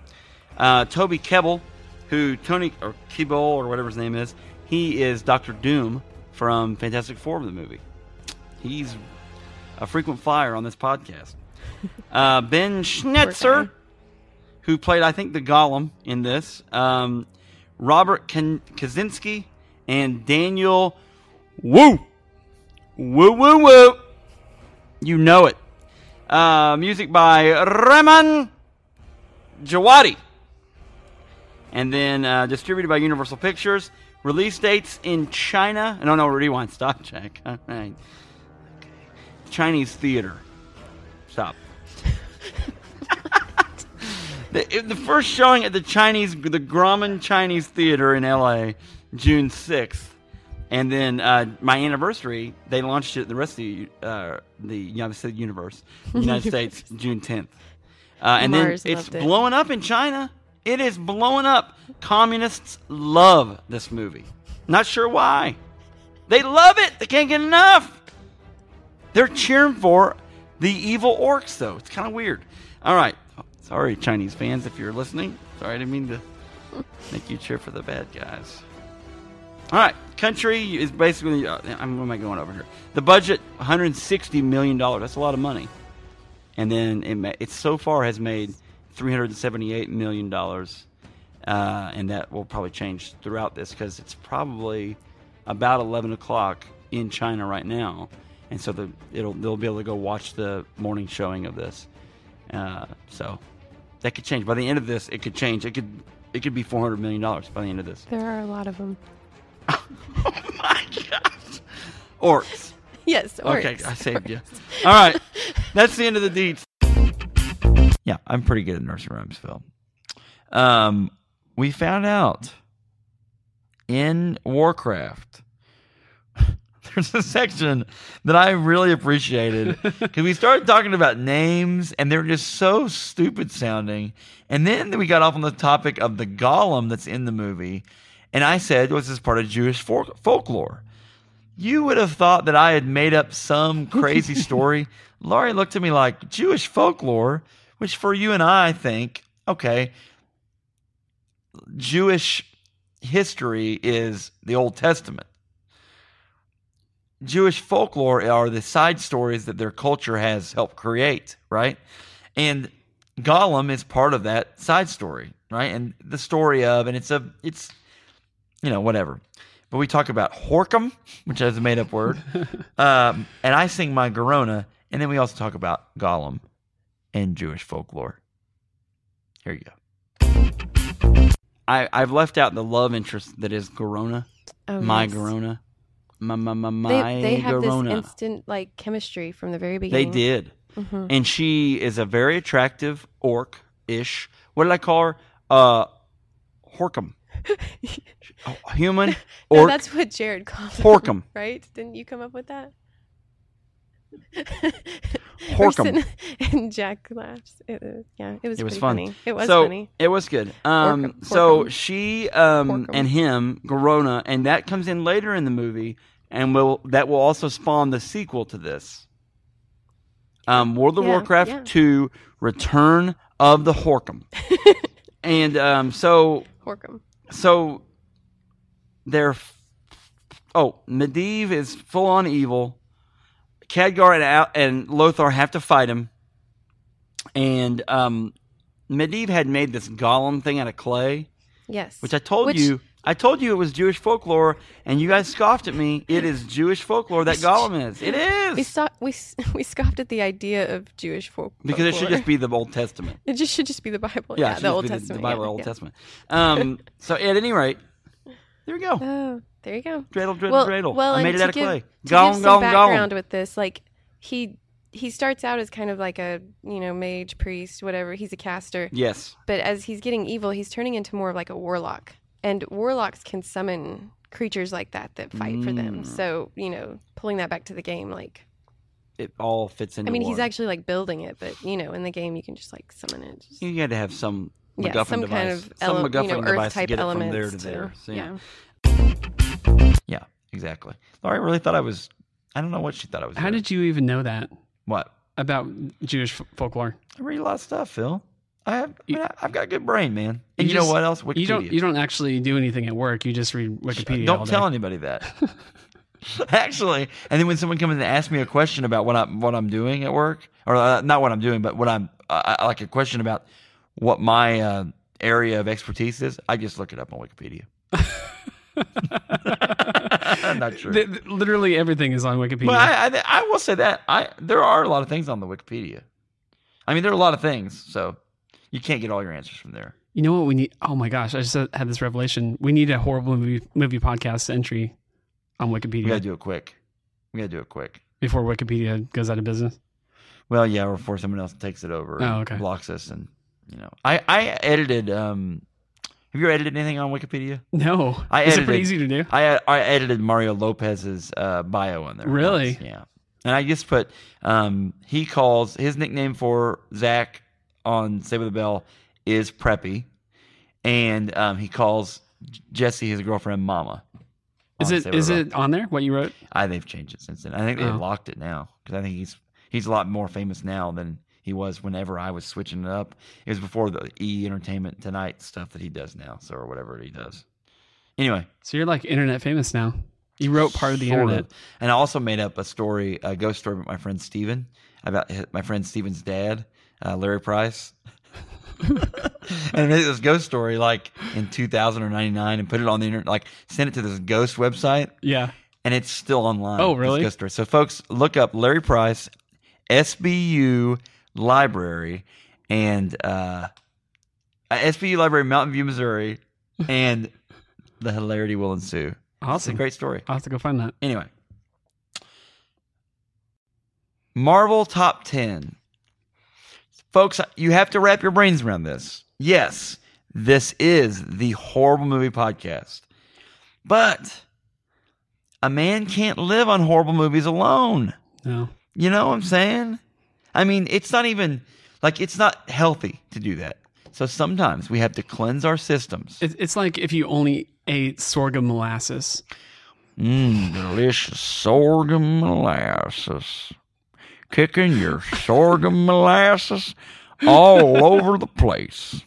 Uh, Toby Kebbell, who Tony or Kebbell or whatever his name is, he is Doctor Doom from Fantastic Four of the movie. He's a frequent flyer on this podcast. Uh, ben Schnetzer,
guy.
who played I think the Golem in this, um, Robert Kin- Kaczynski, and Daniel Woo, Woo Woo Woo. You know it. Uh, music by Raman Jawadi. and then uh, distributed by Universal Pictures. Release dates in China. No, no, rewind. Stop, check. All right. Chinese theater. Stop. the, it- the first showing at the Chinese, the Grauman Chinese Theater in LA, June 6th. And then uh, my anniversary, they launched it at the rest of the, uh, the United States universe, United States, June 10th. Uh, and
Mars
then it's
loved it.
blowing up in China. It is blowing up. Communists love this movie. Not sure why. They love it. They can't get enough. They're cheering for the evil orcs, though. It's kind of weird. All right. Sorry, Chinese fans, if you're listening. Sorry, I didn't mean to make you cheer for the bad guys. All right. Country is basically. Uh, I'm, what am I going over here? The budget, $160 million. That's a lot of money. And then it, ma- it so far has made $378 million. Uh, and that will probably change throughout this because it's probably about 11 o'clock in China right now. And so the, it'll, they'll be able to go watch the morning showing of this. Uh, so that could change. By the end of this, it could change. It could, it could be $400 million by the end of this.
There are a lot of them.
Oh my gosh. Orcs.
Yes, orcs.
Okay, I saved you. All right. That's the end of the deeds.
Yeah, I'm pretty good at nursery rhymes, Phil. Um, we found out in Warcraft there's a section that I really appreciated because we started talking about names and they're just so stupid sounding. And then we got off on the topic of the golem that's in the movie. And I said, was this part of Jewish folk- folklore? You would have thought that I had made up some crazy story. Laurie looked at me like Jewish folklore, which for you and I think, okay, Jewish history is the Old Testament. Jewish folklore are the side stories that their culture has helped create, right? And Gollum is part of that side story, right? And the story of, and it's a, it's, you know, whatever. But we talk about Horkum, which is a made up word. um, and I sing my Garona. And then we also talk about Gollum and Jewish folklore. Here you go.
I, I've left out the love interest that is Garona,
Oh,
my
yes.
Garona, my my my,
They,
my
they have
Garona.
this instant like chemistry from the very
they
beginning.
did,
Mhm.
and she is a very attractive orc ish. What did I call her? Uh, Horkum, Oh, human
No,
orc.
that's what Jared called them,
Horkum.
right? Didn't you come up with that?
Horkum.
Orson- and Jack laughs. It, was- yeah, it was.
It was
pretty
fun.
funny. It was
so
funny.
it was good. Um,
Horkum.
so
Horkum.
she um
Horkum.
and him Garona, and that comes in later in the movie, and will that will also spawn the sequel to this. Um, World of
Yeah,
Warcraft
yeah.
Two: Return of the Horkum, and um, so
Horkum.
so they're f- oh Medivh is full on evil. Khadgar and Al- and Lothar have to fight him, and um, Medivh had made this golem thing out of clay,
Yes.
which I told
Which-
you. I told you it was Jewish folklore, and you guys scoffed at me. It is Jewish folklore that golem is. It
we
is
saw we s- we scoffed at the idea of Jewish folk
because it should
folklore.
just be the Old Testament.
it just should just be the Bible.
Yeah,
Yeah,
it should
the
just
Old
be
Testament.
the Bible,
yeah,
Old
yeah.
Testament. Um, so at any rate, there we go.
Oh, there you go.
Dreidel, dreidel,
well,
dreidel.
Well,
I
and
made it
to
out of
give,
clay.
To
Gone,
give some
gone, gone.
background with this, like he he starts out as kind of like a you know mage priest, whatever. He's a caster,
Yes.
but as he's getting evil, he's turning into more of like a warlock, and warlocks can summon creatures like that that fight for them.
Mm.
So you know, pulling that back to the game, like
It all fits into
I mean,
one.
he's actually like building it, but you know, in the game, you can just like summon it. Just,
You had to have some
yeah,
MacGuffin
some
device.
kind of
some
ele-
MacGuffin
you know,
device
earth type
to get it from
elements
there to
to-
there. So, yeah.
Yeah, exactly. Laurie really thought I was, I don't know what she thought I was.
How
doing.
did you even know that
what?
about Jewish f- folklore?
I read a lot of stuff, Phil. I have, I
You-
mean, I, I've got a good brain, man. And you,
just-
know what else? Wikipedia.
You don't. You don't actually do anything at work. You just read Wikipedia. all
Don't
day.
tell anybody that. Actually, and then when someone comes in and asks me a question about what I'm what I'm doing at work, or uh, not what I'm doing, but what I'm uh, like a question about what my uh, area of expertise is, I just look it up on Wikipedia. not true.
Th- th- literally everything is on Wikipedia.
Well, I, I I will say that I there are a lot of things on the Wikipedia. I mean, there are a lot of things, so you can't get all your answers from there.
You know what we need? Oh my gosh, I just had this revelation. We need a horrible movie, movie podcast entry on
We got to
Wikipedia
do it quick. We got to do it quick.
before Wikipedia goes out of business.
Well, yeah, or before someone else takes it over, and
Oh, okay.
blocks us, and you know, I I edited. Um, have you edited anything on Wikipedia?
No,
I
is it pretty
edited-
easy to do?
I I edited Mario Lopez's uh, bio in there.
Really?
once, Yeah. And I just put um, he calls his nickname for Zach on Save the Bell is Preppy, and um, he calls J- Jesse his girlfriend Mama.
Is
on
it
Save
is
the Bell.
it on there? What you wrote?
I they've changed it since then. I think they
Oh.
have locked it now because I think he's he's a lot more famous now than he was whenever I was switching it up. It was before the E Entertainment Tonight stuff that he does now, so or whatever he does. Anyway,
So you're like internet famous now. You wrote part of the
sort
internet.
and I also made up a story, a ghost story with my friend Steven about hi- my friend Steven's dad, uh, Larry Price. and I made this ghost story like in 2000 or 99 and put it on the internet, like sent it to this ghost website
Yeah.
and it's still online.
Oh,
this
really?
ghost story. So, folks, look up Larry Price, SBU Library, and uh, uh, SBU Library, Mountain View, Missouri, and the hilarity will ensue. It's a
Awesome.
great story.
I'll have to go find that.
Anyway, Marvel top 10. Folks, you have to wrap your brains around this. Yes, this is the horrible movie podcast. But a man can't live on horrible movies alone.
No.
You know what I'm saying? I mean, it's not even like it's not healthy to do that. So sometimes we have to cleanse our systems.
It, it's like if you only ate sorghum molasses.
Mmm, delicious sorghum molasses. Kicking your sorghum molasses all over the place.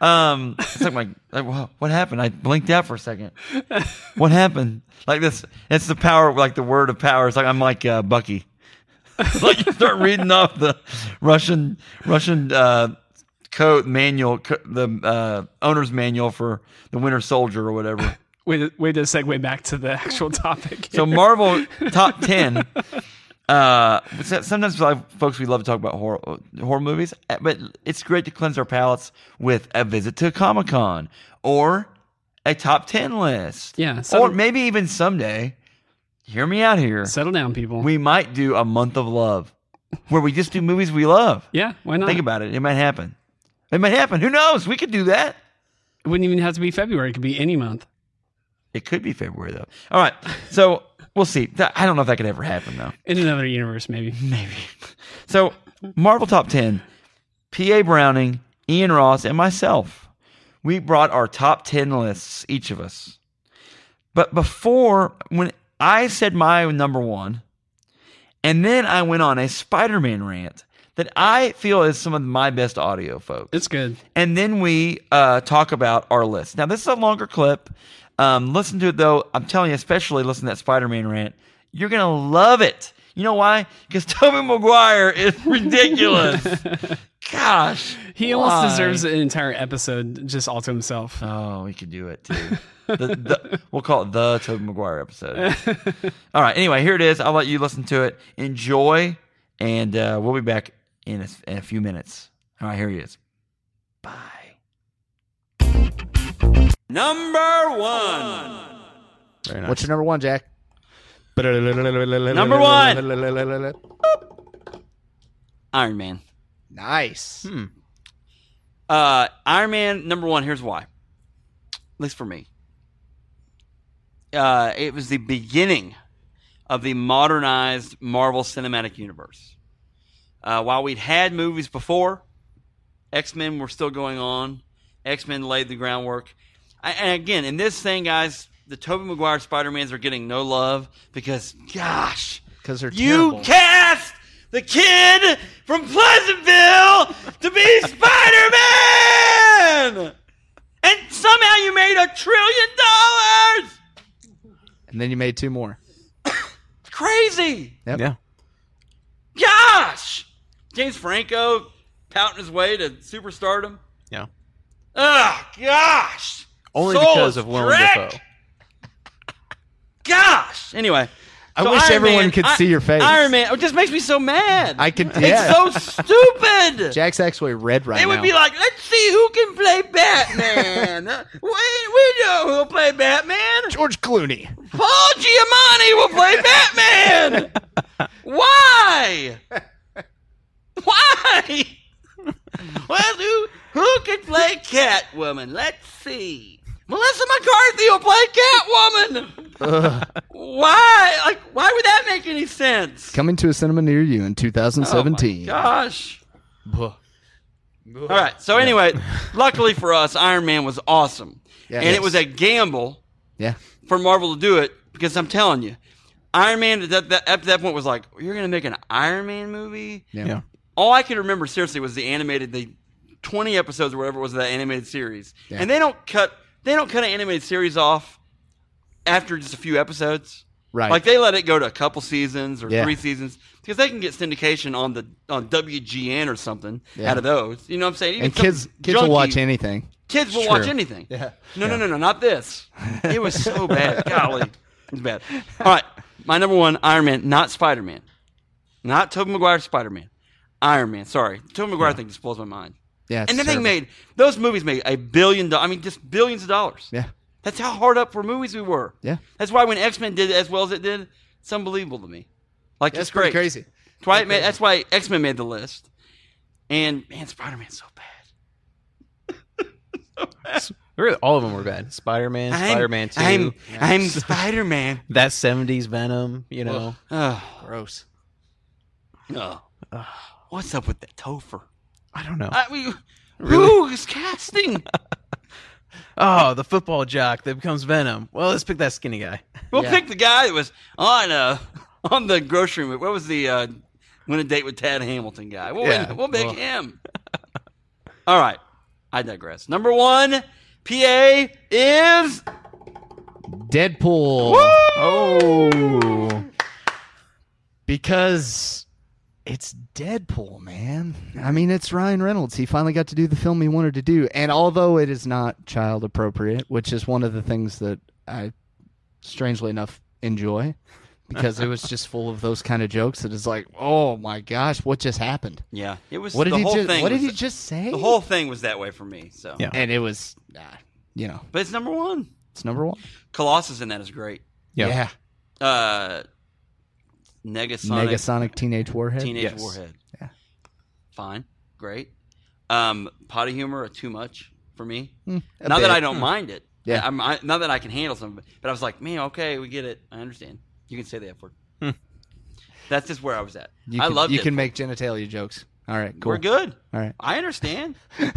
Um, it's like my, like, wha- what happened? I blinked out for a second. What happened? Like this, it's the power, like the word of power. It's like I'm like uh, Bucky. like you start reading off the Russian Russian uh, code manual, co- the uh, owner's manual for the Winter Soldier or whatever.
Way way to segue back to the actual topic.
So
here.
Marvel top ten. Uh, so- sometimes like, folks we love to talk about horror horror movies, uh, but it's great to cleanse our palates with a visit to Comic Con or a top ten list.
Yeah, so-
or maybe even someday. Hear me out here.
settle down, people.
we might do a month of love, where we just do movies we love.
yeah, why not?
Think about it. It might happen. It might happen. Who knows? We could do that.
it wouldn't even have to be February. It could be any month.
It could be February though. All right. So we'll see. Th- I don't know if that could ever happen though.
In another universe, maybe.
Maybe. So, Marvel Top 10, P.A. Browning, Ian Ross, and myself. We brought our top 10 lists, each of us. But before, when I said my number one, and then I went on a Spider Man rant that I feel is some of my best audio, folks
It's good.
and then we uh, talk about our list. Now, this is a longer clip. Um, listen to it though. I'm telling you, especially listen to that Spider-Man rant. You're gonna love it. You know why? Because Tobey Maguire is ridiculous. Gosh,
He almost
why?
deserves an entire episode just all to himself.
Oh, we could do it too. the, the, we'll call it the Tobey Maguire episode. All right. Anyway, here it is. I'll let you listen to it. Enjoy, and uh, we'll be back in a, in a few minutes. All right. Here he is. Bye.
Number one.
What's your number one, Jack?
Number one.
Iron Man. Hmm.
Nice.
Uh, Iron Man number one. Here's why. At least for me. Uh, it was the beginning of the modernized Marvel Cinematic Universe. Uh, while we'd had movies before, X Men were still going on. X Men laid the groundwork. I, and again, in this thing, guys, the Tobey Maguire Spider Mans are getting no love because, gosh,
Because they're
you
terrible.
cast the kid from Pleasantville to be Spider Man! And somehow you made a trillion dollars!
and then you made two more.
Crazy!
Yep.
Yeah.
Gosh! James Franco pouting his way to superstardom.
Yeah.
Ugh, gosh!
Only
Soul
because of Willem
Trek.
Dafoe.
Gosh! Anyway,
I
So
wish
Iron
everyone
Man-
could
I-
see your face.
Iron Man. It just makes me so mad.
I could.
it's
Yeah.
so stupid.
Jack's actually red right
it
now.
would be like, let's see who can play Batman. Uh, we, we know who'll play Batman.
George Clooney.
Paul Giamatti will play Batman. Why? Why? Well, who who can play Catwoman? Let's see. Melissa McCarthy will play Catwoman. Why? Like, why would that make any sense?
Coming to a cinema near you in 2017.
Oh my gosh. All right. So anyway, luckily for us, Iron Man was awesome,
Yeah.
and
Yes.
it was a gamble
yeah.
for Marvel to do it because I'm telling you, Iron Man at that, that, up to that point was like, you're going to make an Iron Man movie.
Yeah.
All I could remember seriously was the animated, the 20 episodes or whatever it was of that animated series,
Yeah.
and they don't cut they don't cut an animated series off after just a few episodes.
Right.
Like they let it go to a couple seasons or
Yeah.
three seasons because they can get syndication on the on WGN or something
Yeah.
out of those. You know what I'm saying? Even
and
some
kids kids will watch
junky-
anything.
Kids will
It's
watch
true.
anything.
Yeah.
No, no, no, no, not this. It was so bad. Golly, it was bad. All right, my number one, Iron Man, not Spider Man, not Tobey Maguire, Spider Man, Iron Man. Sorry, Tobey Maguire thing just blows my mind.
Yeah. it's
and the
terrible.
thing made those movies made a billion. Do- I mean, just billions of dollars.
Yeah.
that's how hard up for movies we were.
Yeah.
that's why when X Men did as well as it did, it's unbelievable to me. Like
That's
it's
pretty
great.
crazy.
That's why, it made, that's why X Men made the list. And man, Spider Man's so bad.
Really, all of them were bad. Spider Man,
I'm-
Spider Man 2,
I'm, I'm Spider Man.
that 70s Venom, you know.
Oh,
Gross.
no. What's up with that Topher?
I don't know.
I mean, who is casting?
oh, the football jock that becomes Venom. Well, let's pick that skinny guy.
We'll pick the guy that was on uh, on the grocery. What was the uh, went a date with Tad Hamilton guy? We'll,
Yeah.
we'll pick
Ugh.
him. All right, I digress. Number one, PA is
Deadpool. Oh. Because it's Deadpool, man. I mean, it's Ryan Reynolds. He finally got to do the film he wanted to do. And although it is not child appropriate, which is one of the things that I strangely enough enjoy because it was just full of those kind of jokes that is like, "Oh my gosh, what just happened?"
yeah. It was
What did
the
he
whole
just
thing.
What did
was,
he just say?
The whole thing was that way for me. So
Yeah.
and it was ah, you know,
but it's number one.
it's number 1.
Colossus in that is great.
Yeah.
Uh, Negasonic.
Negasonic Teenage Warhead.
Teenage
Yes.
Warhead.
Yeah.
Fine. Great. Um, potty humor, too much for me.
Mm, a
Not that
bit.
I don't mind it.
Yeah.
I'm, I, not that I can handle something, but I was like, man, okay, we get it. I understand. You can say the F word.
Hmm.
That's just where I was at.
You
I
can,
loved
You
it.
can make genitalia jokes. All right, cool.
We're good.
All right.
I understand. but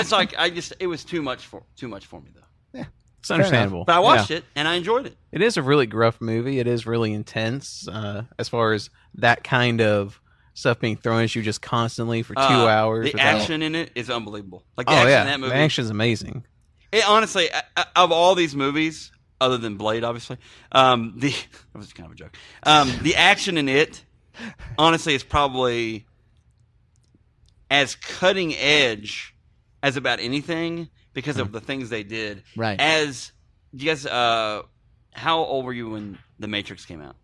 it's like I just it was too much for too much for me though.
It's understandable.
But I watched it and I enjoyed it.
It is a really gruff movie. It is really intense uh, as far as that kind of stuff being thrown at you just constantly for two
Uh,
hours.
The
without-
action in it is unbelievable. Like the
Oh
action
yeah,
in that movie.
the action's amazing.
It honestly, I- I- of all these movies, other than Blade, obviously, um, the that was kind of a joke. Um, the action in it, honestly, is probably as cutting edge as about anything because
Hmm.
of the things they did.
Right.
As do you guys, uh, how old were you when The Matrix came out?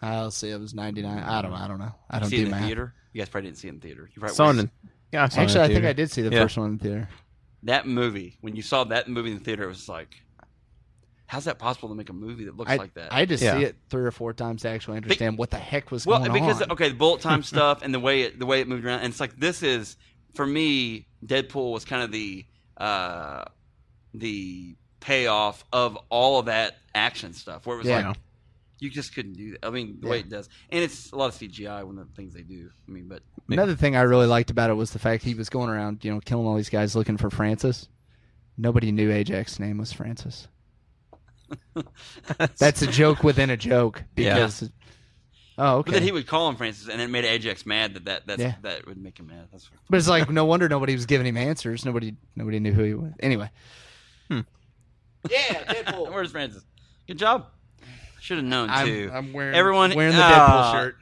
I'll say Uh, it was 99. I don't I don't know. I don't
see it
do
in the
math.
theater. You guys probably didn't see it in theater. You probably
Saw it
went-
in- yeah, I saw it in
Actually, I think
theater.
I did see the
Yeah.
first one in the theater.
that movie when you saw that movie in the theater. It was like, how's that possible to make a movie that looks
I,
like that?
I just
Yeah.
see it three or four times to actually understand what the heck was
Well,
going
because
on.
okay, the bullet time stuff and the way it the way it moved around, and it's like this is for me, Deadpool was kind of the uh, the payoff of all of that action stuff, where it was
Yeah.
like you just couldn't do that. I mean, the way
Yeah.
it does, and it's a lot of CGI when the things they do. I mean, but
Another thing I really liked about it was the fact he was going around, you know, killing all these guys looking for Francis. Nobody knew Ajax's name was Francis. That's a joke within a joke
Yeah.
because. Oh, okay.
but then he would call him Francis, and it made Ajax mad that that that's,
Yeah.
that would make him mad. That's
But it's like no wonder nobody was giving him answers. Nobody, nobody knew who he was. Anyway,
Hmm.
yeah, Deadpool. Where's Francis? Good job. Should have known too.
wearing
Everyone-
wearing the
Ah.
Deadpool shirt.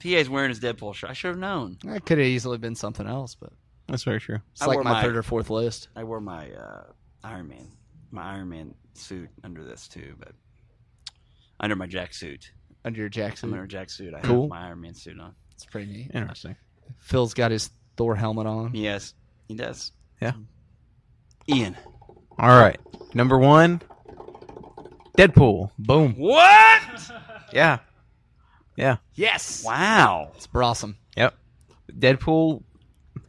PA's wearing his Deadpool shirt. I should have known.
That could have easily been something else, but
That's very true.
it's
I
like
wore
my,
my-
third or fourth list.
I wore my uh, Iron Man, my Iron Man suit under this too, but
under my jack suit.
Under your jack suit.
I'm under a jack suit. I
Cool.
have my Iron Man suit on.
It's pretty neat.
Interesting.
Phil's got his Thor helmet on.
Yes, he does.
Yeah.
Mm-hmm.
Ian.
All right. Number one, Deadpool. Boom.
What?
Yeah. Yeah.
Yes.
Wow.
It's awesome.
Yep. Deadpool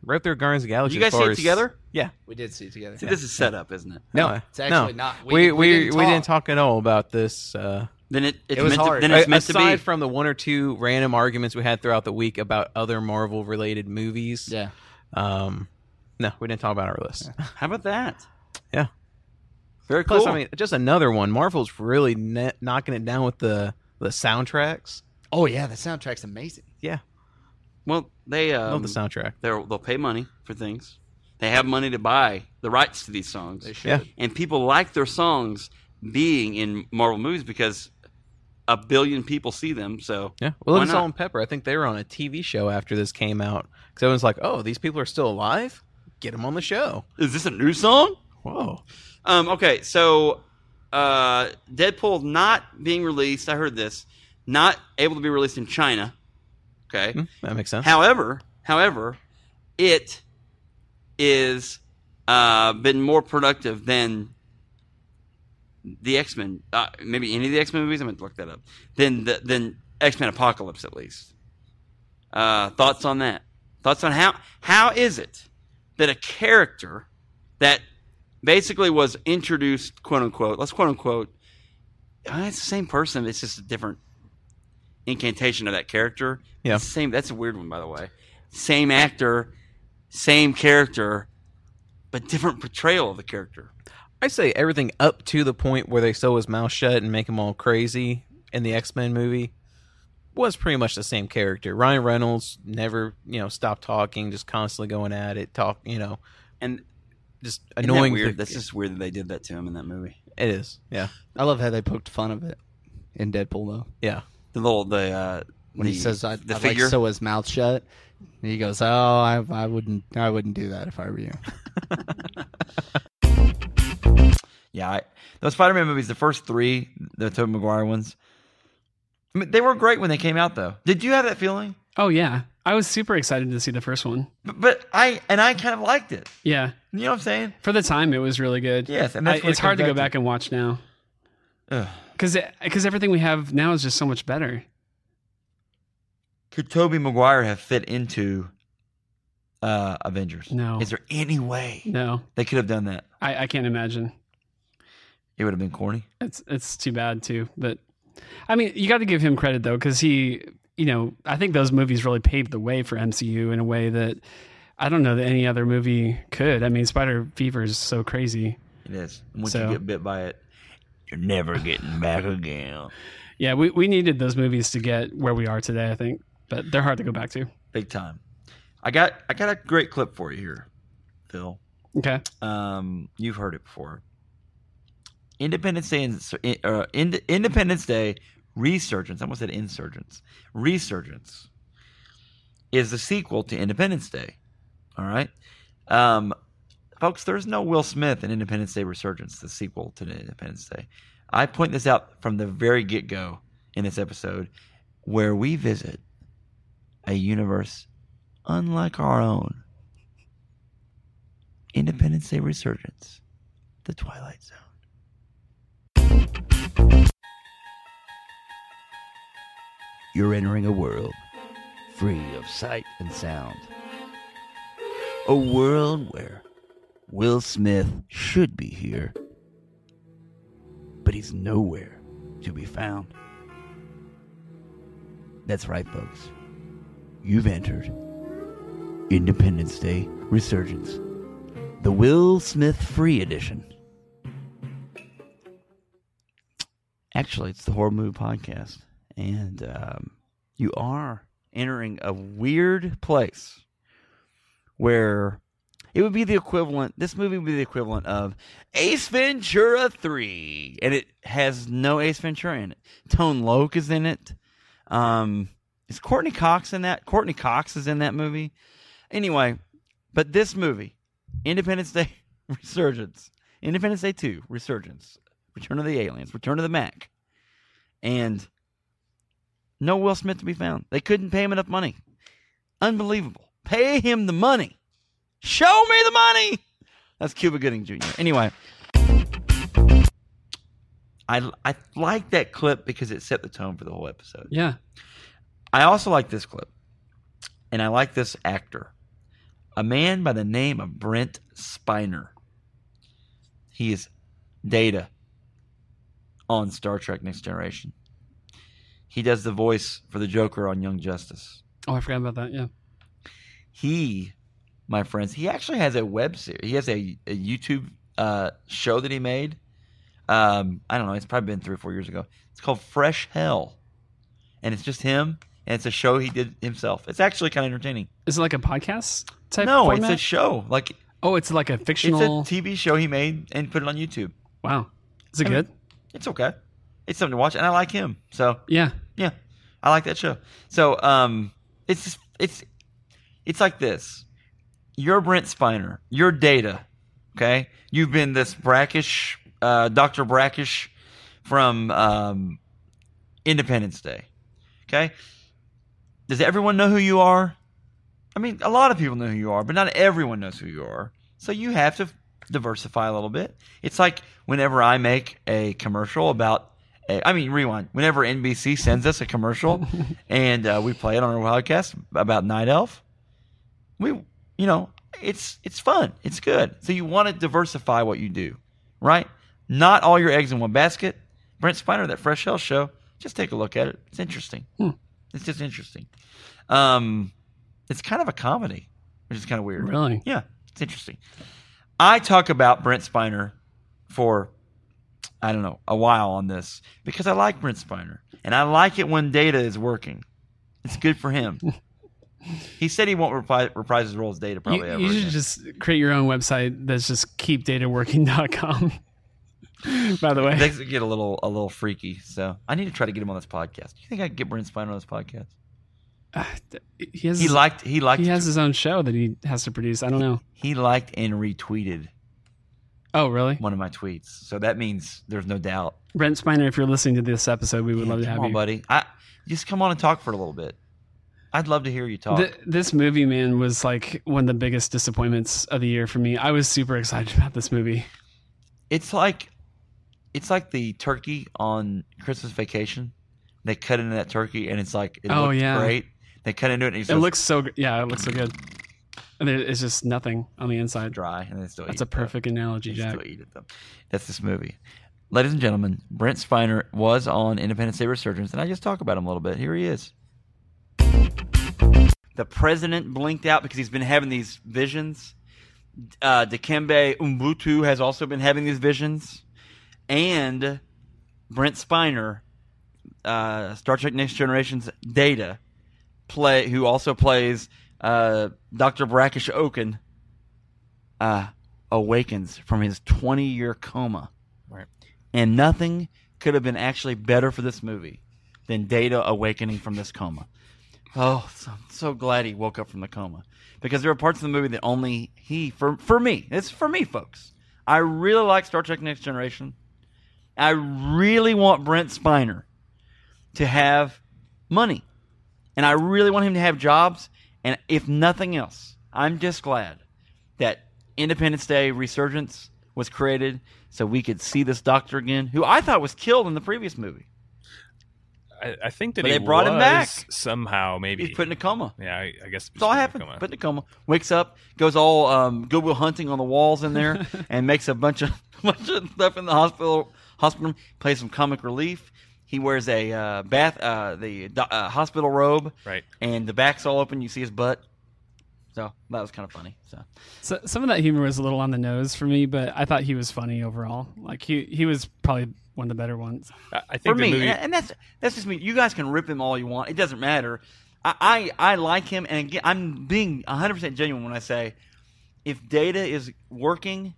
right through Guardians of the Galaxy.
You
as
guys
far
see it
as-
together?
Yeah.
We did see it together.
See, this is set up, isn't it?
No.
It's actually
no.
not.
We we, we,
didn't
didn't,
talk.
talk at all about this. Uh,
Then it, it's
It was
meant
hard.
To, then it's
a-
meant to
aside
be.
from the one or two random arguments we had throughout the week about other Marvel related movies.
Yeah.
Um, no, we didn't talk about our list.
How about that?
Yeah.
Very cool.
Plus, I mean, just another one. Marvel's really ne- knocking it down with the the soundtracks.
Oh yeah, the soundtrack's amazing.
Yeah,
well, they um,
love the soundtrack.
They'll they'll pay money for things. They have money to buy the rights to these songs. They
should.
Yeah,
and people like their songs being in Marvel movies because a billion people see them. So
yeah. Well, look
why
at
not?
Salt and Pepper. I think they were on a TV show after this came out because everyone's like, "Oh, these people are still alive. Get them on the show."
Is this a new song?
Whoa.
Um, okay, so uh, Deadpool not being released. I heard this not able to be released in China. Okay.
Hmm, that makes sense.
However, however, it is uh, been more productive than the X Men. Uh, maybe any of the X Men movies. I'm gonna look that up. Than the, than X Men Apocalypse at least. Uh, thoughts on that? Thoughts on how how is it that a character that basically was introduced quote unquote let's quote unquote uh, it's the same person it's just a different incantation of that character
Yeah.
same that's a weird one by the way same actor same character but different portrayal of the character
I say everything up to the point where they sew his mouth shut and make him all crazy in the X Men movie was pretty much the same character. Ryan Reynolds never, you know, stopped talking, just constantly going at it, talk, you know,
and
just
isn't that
annoying.
weird
the-
that's just weird that they did that to him in that movie
it is, yeah,
I love how they poked fun of it in Deadpool though.
yeah.
the little the uh
When he
the-
says I,
the
I like
figure
sew his mouth shut, and he goes, "Oh, I, I wouldn't, I wouldn't do that if I were you."
Yeah, I, those Spider-Man movies, the first three, the Tobey Maguire ones, I mean, they were great when they came out, though. Did you have that feeling?
Oh yeah, I was super excited to see the first one.
But, but I and I kind of liked it.
Yeah,
You know what I'm saying?
for the time it was really good.
Yes, and that's
I-
what
it's
it
hard to
comes
go
back
back and watch now
Ugh.
because because everything we have now is just so much better.
Could Tobey Maguire have fit into uh, Avengers?
No.
Is there any way
No,
they could have done that?
I, I can't imagine.
It would have been corny.
It's it's too bad too. But I mean, you got to give him credit though, because he, you know, I think those movies really paved the way for MCU in a way that I don't know that any other movie could. I mean, Spider Fever is so crazy.
It is. And Once
So-
you get bit by it, you're never getting back again.
Yeah, we we needed those movies to get where we are today. I think, but they're hard to go back to.
Big time. I got I got a great clip for you here, Phil.
Okay.
Um, you've heard it before. Independence Day, and- uh, Ind- Independence Day resurgence. I almost said insurgence. Resurgence is the sequel to Independence Day. All right, um, folks. There's no Will Smith in Independence Day Resurgence, the sequel to Independence Day. I point this out from the very get go in this episode, where we visit a universe unlike our own. Independence Day Resurgence, The Twilight Zone.
You're entering a world free of sight and sound. A world where Will Smith should be here, but he's nowhere to be found. That's right, folks. You've entered Independence Day Resurgence, the Will Smith Free Edition.
actually it's the horror movie podcast and um
You are entering a weird place where it would be the equivalent, this movie would be the equivalent of
Ace Ventura 3.
and it has no Ace Ventura in it. Tone Loc is in it. Um, is Courtney Cox in that? Courtney Cox is in that movie. Anyway, but this movie, Independence Day Resurgence, Independence Day Two Resurgence, Return of the Aliens, Return of the Mac, and no Will Smith to be found. They couldn't pay him enough money. Unbelievable. Pay him the money. Show me the money. That's Cuba Gooding Jr. Anyway, I I like that clip because it set the tone for the whole episode.
Yeah.
I also like this clip, and I like this actor, a man by the name of Brent Spiner. He is Data on Star Trek: Next Generation. He does the voice for the Joker on Young Justice.
Oh, I forgot about that. Yeah.
He, my friends, he actually has a web series. He has a, a YouTube uh, show that he made. Um, I don't know. It's probably been three or four years ago. It's called Fresh Hell, and it's just him. And it's a show he did himself. It's actually kind of entertaining.
Is it like a podcast type?
no,
format?
it's a show. Like
Oh, it's like a fictional.
it's a TV show he made and put it on YouTube.
Wow, is it good?
it's okay. It's something to watch, and I like him. So
yeah,
yeah, I like that show. So um, it's just, it's it's like this. You're Brent Spiner. You're Data. Okay, you've been this brackish, uh, Doctor Brackish, from um, Independence Day. Okay, does everyone know who you are? I mean, a lot of people know who you are, but not everyone knows who you are. So you have to diversify a little bit. It's like whenever I make a commercial about, a, I mean, rewind. Whenever NBC sends us a commercial and uh, we play it on our wildcast about Night Elf, we, you know, it's it's fun, it's good. So you want to diversify what you do, right? Not all your eggs in one basket. Brent Spiner, that Fresh Hell show, just take a look at it. It's interesting. It's just interesting. Um, it's kind of a comedy, which is kind of weird.
Really?
Yeah, it's interesting. I talk about Brent Spiner for I don't know a while on this because I like Brent Spiner and I like it when Data is working. It's good for him. he said he won't repri- reprise his role as Data
You,
probably ever.
you should
again.
just create your own website that's just keepdataworking.com. By the way,
Things get a little a little freaky, so I need to try to get him on this podcast. Do you think I could get Brent Spiner on this podcast?
he, has
He liked he liked
he has his own show that he has to produce. I don't know.
he liked and retweeted
Oh, really?
one of my tweets, so that means there's no doubt.
Brent Spiner, if you're listening to this episode, we would love to have
Come on,
you.
buddy. I just come on and talk for a little bit. I'd love to hear you talk.
Th- this movie, man, was like one of the biggest disappointments of the year for me. I was super excited about this movie.
It's like it's like the turkey on Christmas vacation. They cut into that turkey and it's like it
Oh,
looked
yeah.
great. They cut into it and he
it
says,
looks so good. Yeah, it looks so good. And there, it's just nothing on the inside.
Dry, and they still
That's
eat
a perfect analogy, Jack.
still eat it though. That's this movie. Ladies and gentlemen, Brent Spiner was on Independence Day Resurgence, and I just talk about him a little bit. Here he is. The president blinked out because he's been having these visions. Uh, Dikembe Umbutu has also been having these visions. And Brent Spiner, uh, Star Trek Next Generation's Data, play who also plays uh, Dr. Brackish Oaken, uh, awakens from his 20 year coma.
Right.
And nothing could have been actually better for this movie than Data awakening from this coma. Oh, so, I'm so glad he woke up from the coma because there are parts of the movie that only he for for me. It's for me, folks. I really like Star Trek: Next Generation. I really want Brent Spiner to have money, and I really want him to have jobs. And if nothing else, I'm just glad that Independence Day Resurgence was created so we could see this doctor again, who I thought was killed in the previous movie.
I, I think that
But
he
they brought him
was
back.
somehow. Maybe
He's put in a coma.
Yeah, I, I guess
It's all happened. Put in a coma, wakes up, goes all um, Goodwill Hunting on the walls in there, and makes a bunch of bunch of stuff in the hospital. Hospital room, plays some comic relief. He wears a uh, bath, uh, the do- uh, hospital robe,
right?
And the back's all open. You see his butt. So that was kind of funny. So
So, some of that humor was a little on the nose for me, but I thought he was funny overall. Like he he was probably one of the better ones.
I
for me, and- and that's that's just me. You guys can rip him all you want; it doesn't matter. I I, I like him, and again, I'm being 100 percent genuine when I say, if Data is working,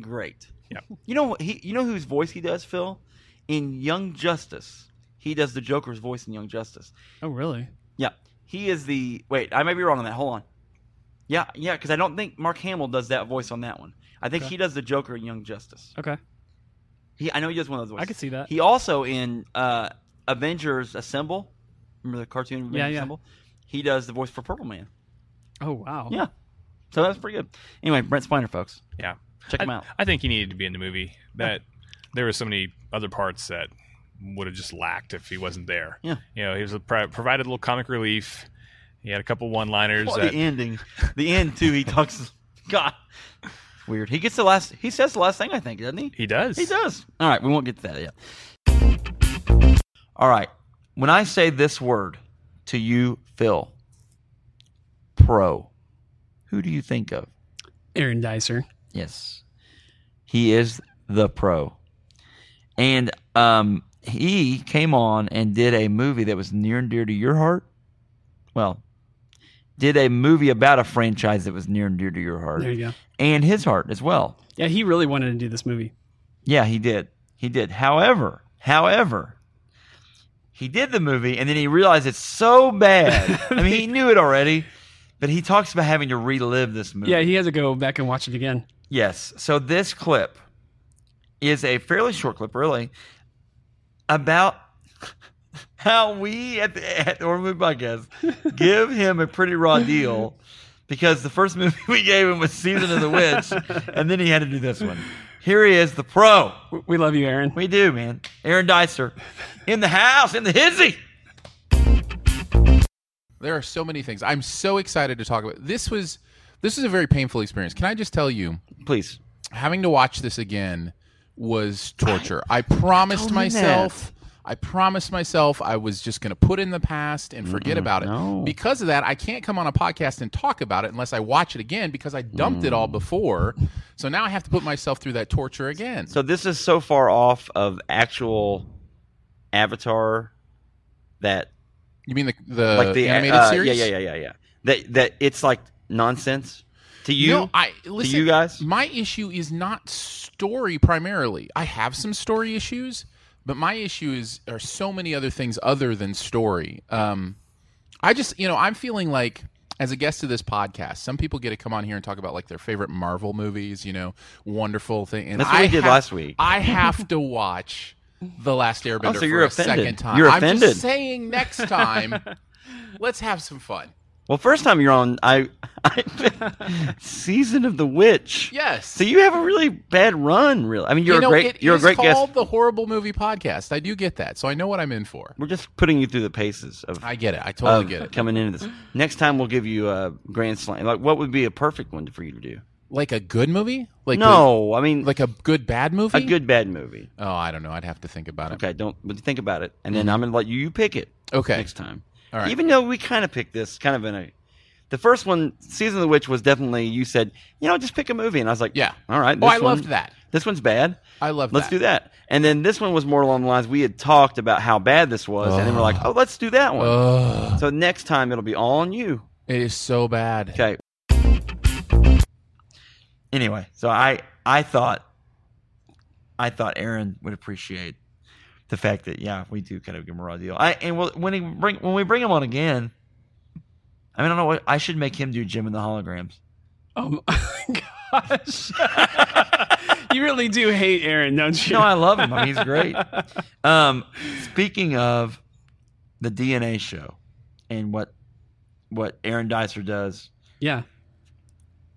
great.
Yeah.
You know what he? You know whose voice he does, Phil? In Young Justice, he does the Joker's voice in Young Justice.
Oh, really?
Yeah, he is the. Wait, I may be wrong on that. Hold on. Yeah, yeah, because I don't think Mark Hamill does that voice on that one. I think
Okay.
he does the Joker in Young Justice.
Okay.
He, I know he does one of those voices.
I could see that.
He also in uh, Avengers Assemble. Remember the cartoon Avengers
Yeah, yeah.
Assemble? He does the voice for Purple Man.
Oh wow.
Yeah. So that's pretty good. Anyway, Brent Spiner, folks.
Yeah.
Check
I,
him out.
I think he needed to be in the movie. That there were so many other parts that would have just lacked if he wasn't there.
Yeah.
You know, he was a pro- provided a little comic relief. He had a couple one-liners.
Well,
that,
the ending, the end too. He talks. God, it's weird. He gets the last. He says the last thing. I think doesn't he?
He does.
He does. All right, we won't get to that yet. All right. When I say this word to you, Phil, pro, who do you think of?
Aaron Dicer.
Yes. He is the pro. And um, he came on and did a movie that was near and dear to your heart. Well, did a movie about a franchise that was near and dear to your heart.
There you go.
And his heart as well.
Yeah, he really wanted to do this movie.
Yeah, he did. He did. However, however, he did the movie and then he realized it's so bad. I mean, he knew it already, but he talks about having to relive this movie.
Yeah, he had to go back and watch it again.
Yes. So this clip is a fairly short clip, really, about how we at the, at the Horror Movie Podcast give him a pretty raw deal because the first movie we gave him was Season of the Witch, and then he had to do this one. Here he is, the pro.
We love you, Aaron.
We do, man. Aaron Dicer in the house, in the hizzy.
There are so many things. I'm so excited to talk about. This was this was a very painful experience. Can I just tell you?
Please.
Having to watch this again was torture. I,
Don't
promised
do that.
myself I promised myself I was just going to put in the past and forget about it. Because of that, I can't come on a podcast and talk about it unless I watch it again because I dumped it all before. So now I have to put myself through that torture again.
So this is so far off of actual Avatar that uh,
you mean the the animated series?
Yeah, yeah, yeah, yeah, yeah. That that it's like nonsense to you.
No, I listen.
to you guys.
My issue is not story primarily. I have some story issues, but my issue is are so many other things other than story. Um, I just you know I'm feeling like as a guest to this podcast, some people get to come on here and talk about like their favorite Marvel movies. You know, wonderful thing. And
That's what
I
we did
have-
last week. Oh,
I have to watch. The Last Airbender
so
for
you're
a
offended.
second time.
You're
I'm
offended.
just saying, next time, let's have some fun.
Well, first time you're on, I, I season of the witch.
Yes.
So you have a really bad run. Really, I mean, you're
You know,
a great,
it
you're a
is
great guest.
called the horrible movie podcast. I do get that, so I know what I'm in for.
We're just putting you through the paces of.
I get it. I totally
of
get it.
Coming into this next time, we'll give you a grand slam. Like, what would be a perfect one for you to do?
Like a good movie? Like
no, I mean,
like a good bad movie.
A good bad movie.
Oh, I don't know. I'd have to think about it. Mm-hmm.
Okay, don't but think about it, and then I'm gonna let you, you pick it.
Okay.
Next time.
All right.
Even though we kind of picked this, kind of in a. The first one, season of the witch, was definitely you said, you know, just pick a movie, and I was like, yeah, all right.
Oh,
this
I
one-
loved that.
This one's bad.
I love.
Let's
that.
do that. And then this one was more along the lines we had talked about how bad this was, and then we're like, oh, let's do that one. so next time it'll be all on you.
It is so bad.
Okay. Anyway, so I I thought I thought Aaron would appreciate the fact that yeah we do kind of give him a raw deal. I and we'll, when he bring when we bring him on again, I mean I don't know what I should make him do Jim and the holograms.
Oh my gosh. you really do hate Aaron, don't you?
No, I love him. I mean, he's great. Um, speaking of the DNA show and what what Aaron Dicer does,
yeah,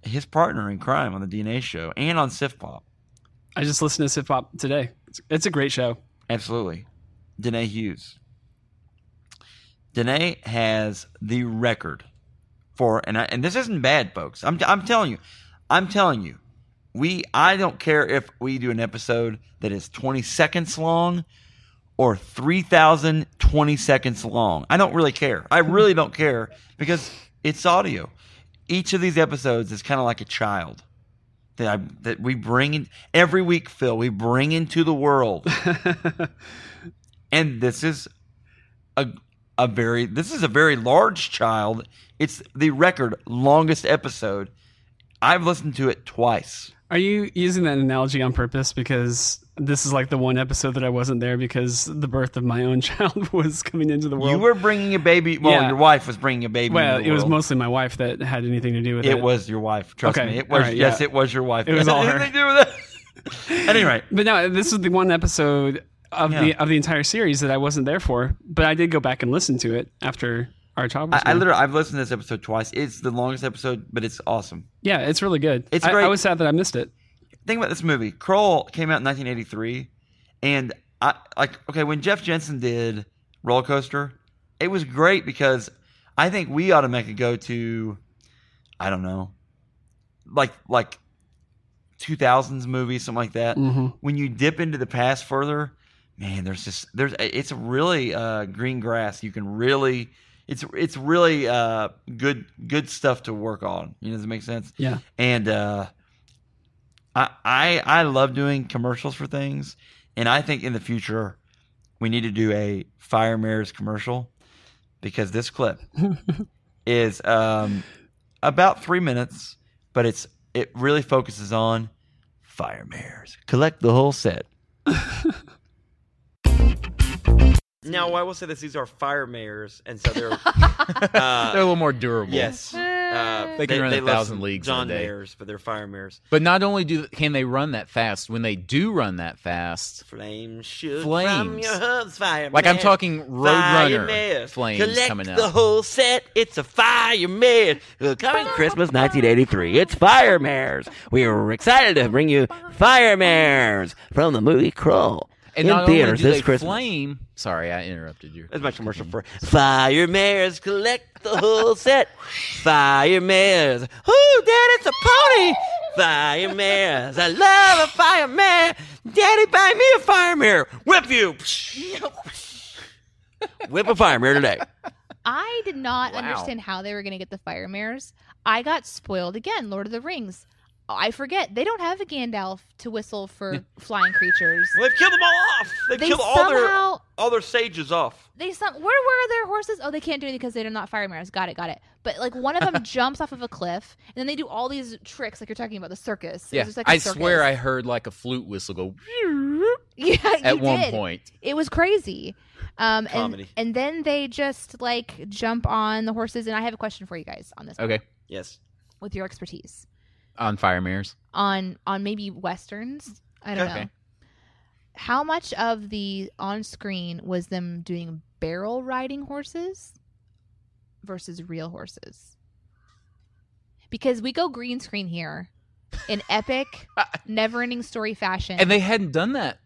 his partner in crime on the DNA show and on Sif Pop,
I just listened to Sip Pop today. It's, it's a great show.
absolutely, Danae Hughes. Danae has the record for and I, and this isn't bad, folks. I'm I'm telling you, I'm telling you, we I don't care if we do an episode that is 20 seconds long or 3,020 seconds long. I don't really care. I really don't care because it's audio. Each of these episodes is kind of like a child that I that we bring in every week. Phil, we bring into the world, and this is a a very this is a very large child. It's the record longest episode. I've listened to it twice.
Are you using that analogy on purpose? Because this is like the one episode that I wasn't there because the birth of my own child was coming into the world.
You were bringing a baby. Well,
Yeah.
your wife was bringing a baby.
well,
into the
it was
world.
mostly my wife that had anything to do with
It
it.
was your wife. Trust
Okay,
me. It was
all right,
yes,
yeah.
it was your wife.
It was all
Anything to do with it? At any rate,
But no, this is the one episode of
Yeah.
the of the entire series that I wasn't there for, but I did go back and listen to it after our job.
I,
Was
I
done.
literally I've listened to this episode twice. It's the longest episode, but it's awesome.
yeah, it's really good.
It's
I,
great.
I was sad that I missed it.
Think about this movie. Kroll came out in 1983, and I like okay when Jeff Jensen did Roller Coaster, it was great because I think we ought to make a go to, I don't know, like like 2000s movie something like that.
Mhm.
When you dip into the past further, man, there's just there's it's really uh, green grass. You can really it's it's really uh, good good stuff to work on. You know, does it make sense?
Yeah.
And uh, I I I love doing commercials for things, and I think in the future we need to do a fire mirrors commercial because this clip is um, about three minutes, but it's it really focuses on fire mirrors. Collect the whole set. Now I will say this: these are fire mirrors, and so they're
They're a little more durable.
Uh, Yes, uh,
They can run a
love
thousand leagues in a
John
day.
Mayers, but they're fire mirrors.
But not only do can they run that fast, when they do run that fast,
Flames shoot from
Flames.
your hubs, fire
Like I'm
mirrors.
talking Roadrunner
Fire mirrors.
flames
Collect
coming out.
the whole set. It's a fire mirror. Uh, Coming Christmas 1983. It's fire mirrors. We are excited to bring you fire mirrors from the movie Crawl
and
in
not
theaters
only do
this
they
Christmas.
flame. Sorry, I interrupted you.
That's my commercial for Fire Mares. Collect the whole set. Fire Mares. Ooh, Dad, it's a pony. Fire Mares. I love a fire mare. Daddy, buy me a fire mare. Whip you. Whip a fire mare today.
I did not
Wow.
understand how they were going to get the fire mirrors. I got spoiled again. Lord of the Rings. I forget they don't have a Gandalf to whistle for flying creatures.
Well, they've killed them all off. They've
They
killed all
somehow-
their all their sages off.
They some where were their horses? Oh, they can't do it because they're not fire mirrors. Got it, got it. But like one of them jumps off of a cliff, and then they do all these tricks, like you're talking about the circus. It
Yeah,
was just like a
I
circus.
swear I heard like a flute whistle go
yeah,
at
you
one
did.
point.
It was crazy. Um,
Comedy.
And, and then they just like jump on the horses. And I have a question for you guys on this.
Okay.
Yes.
With your expertise
on fire mirrors.
on on maybe westerns, I don't
Okay.
know. How much of the on screen was them doing barrel riding horses versus real horses? Because we go green screen here in epic, never ending story fashion.
And they hadn't done that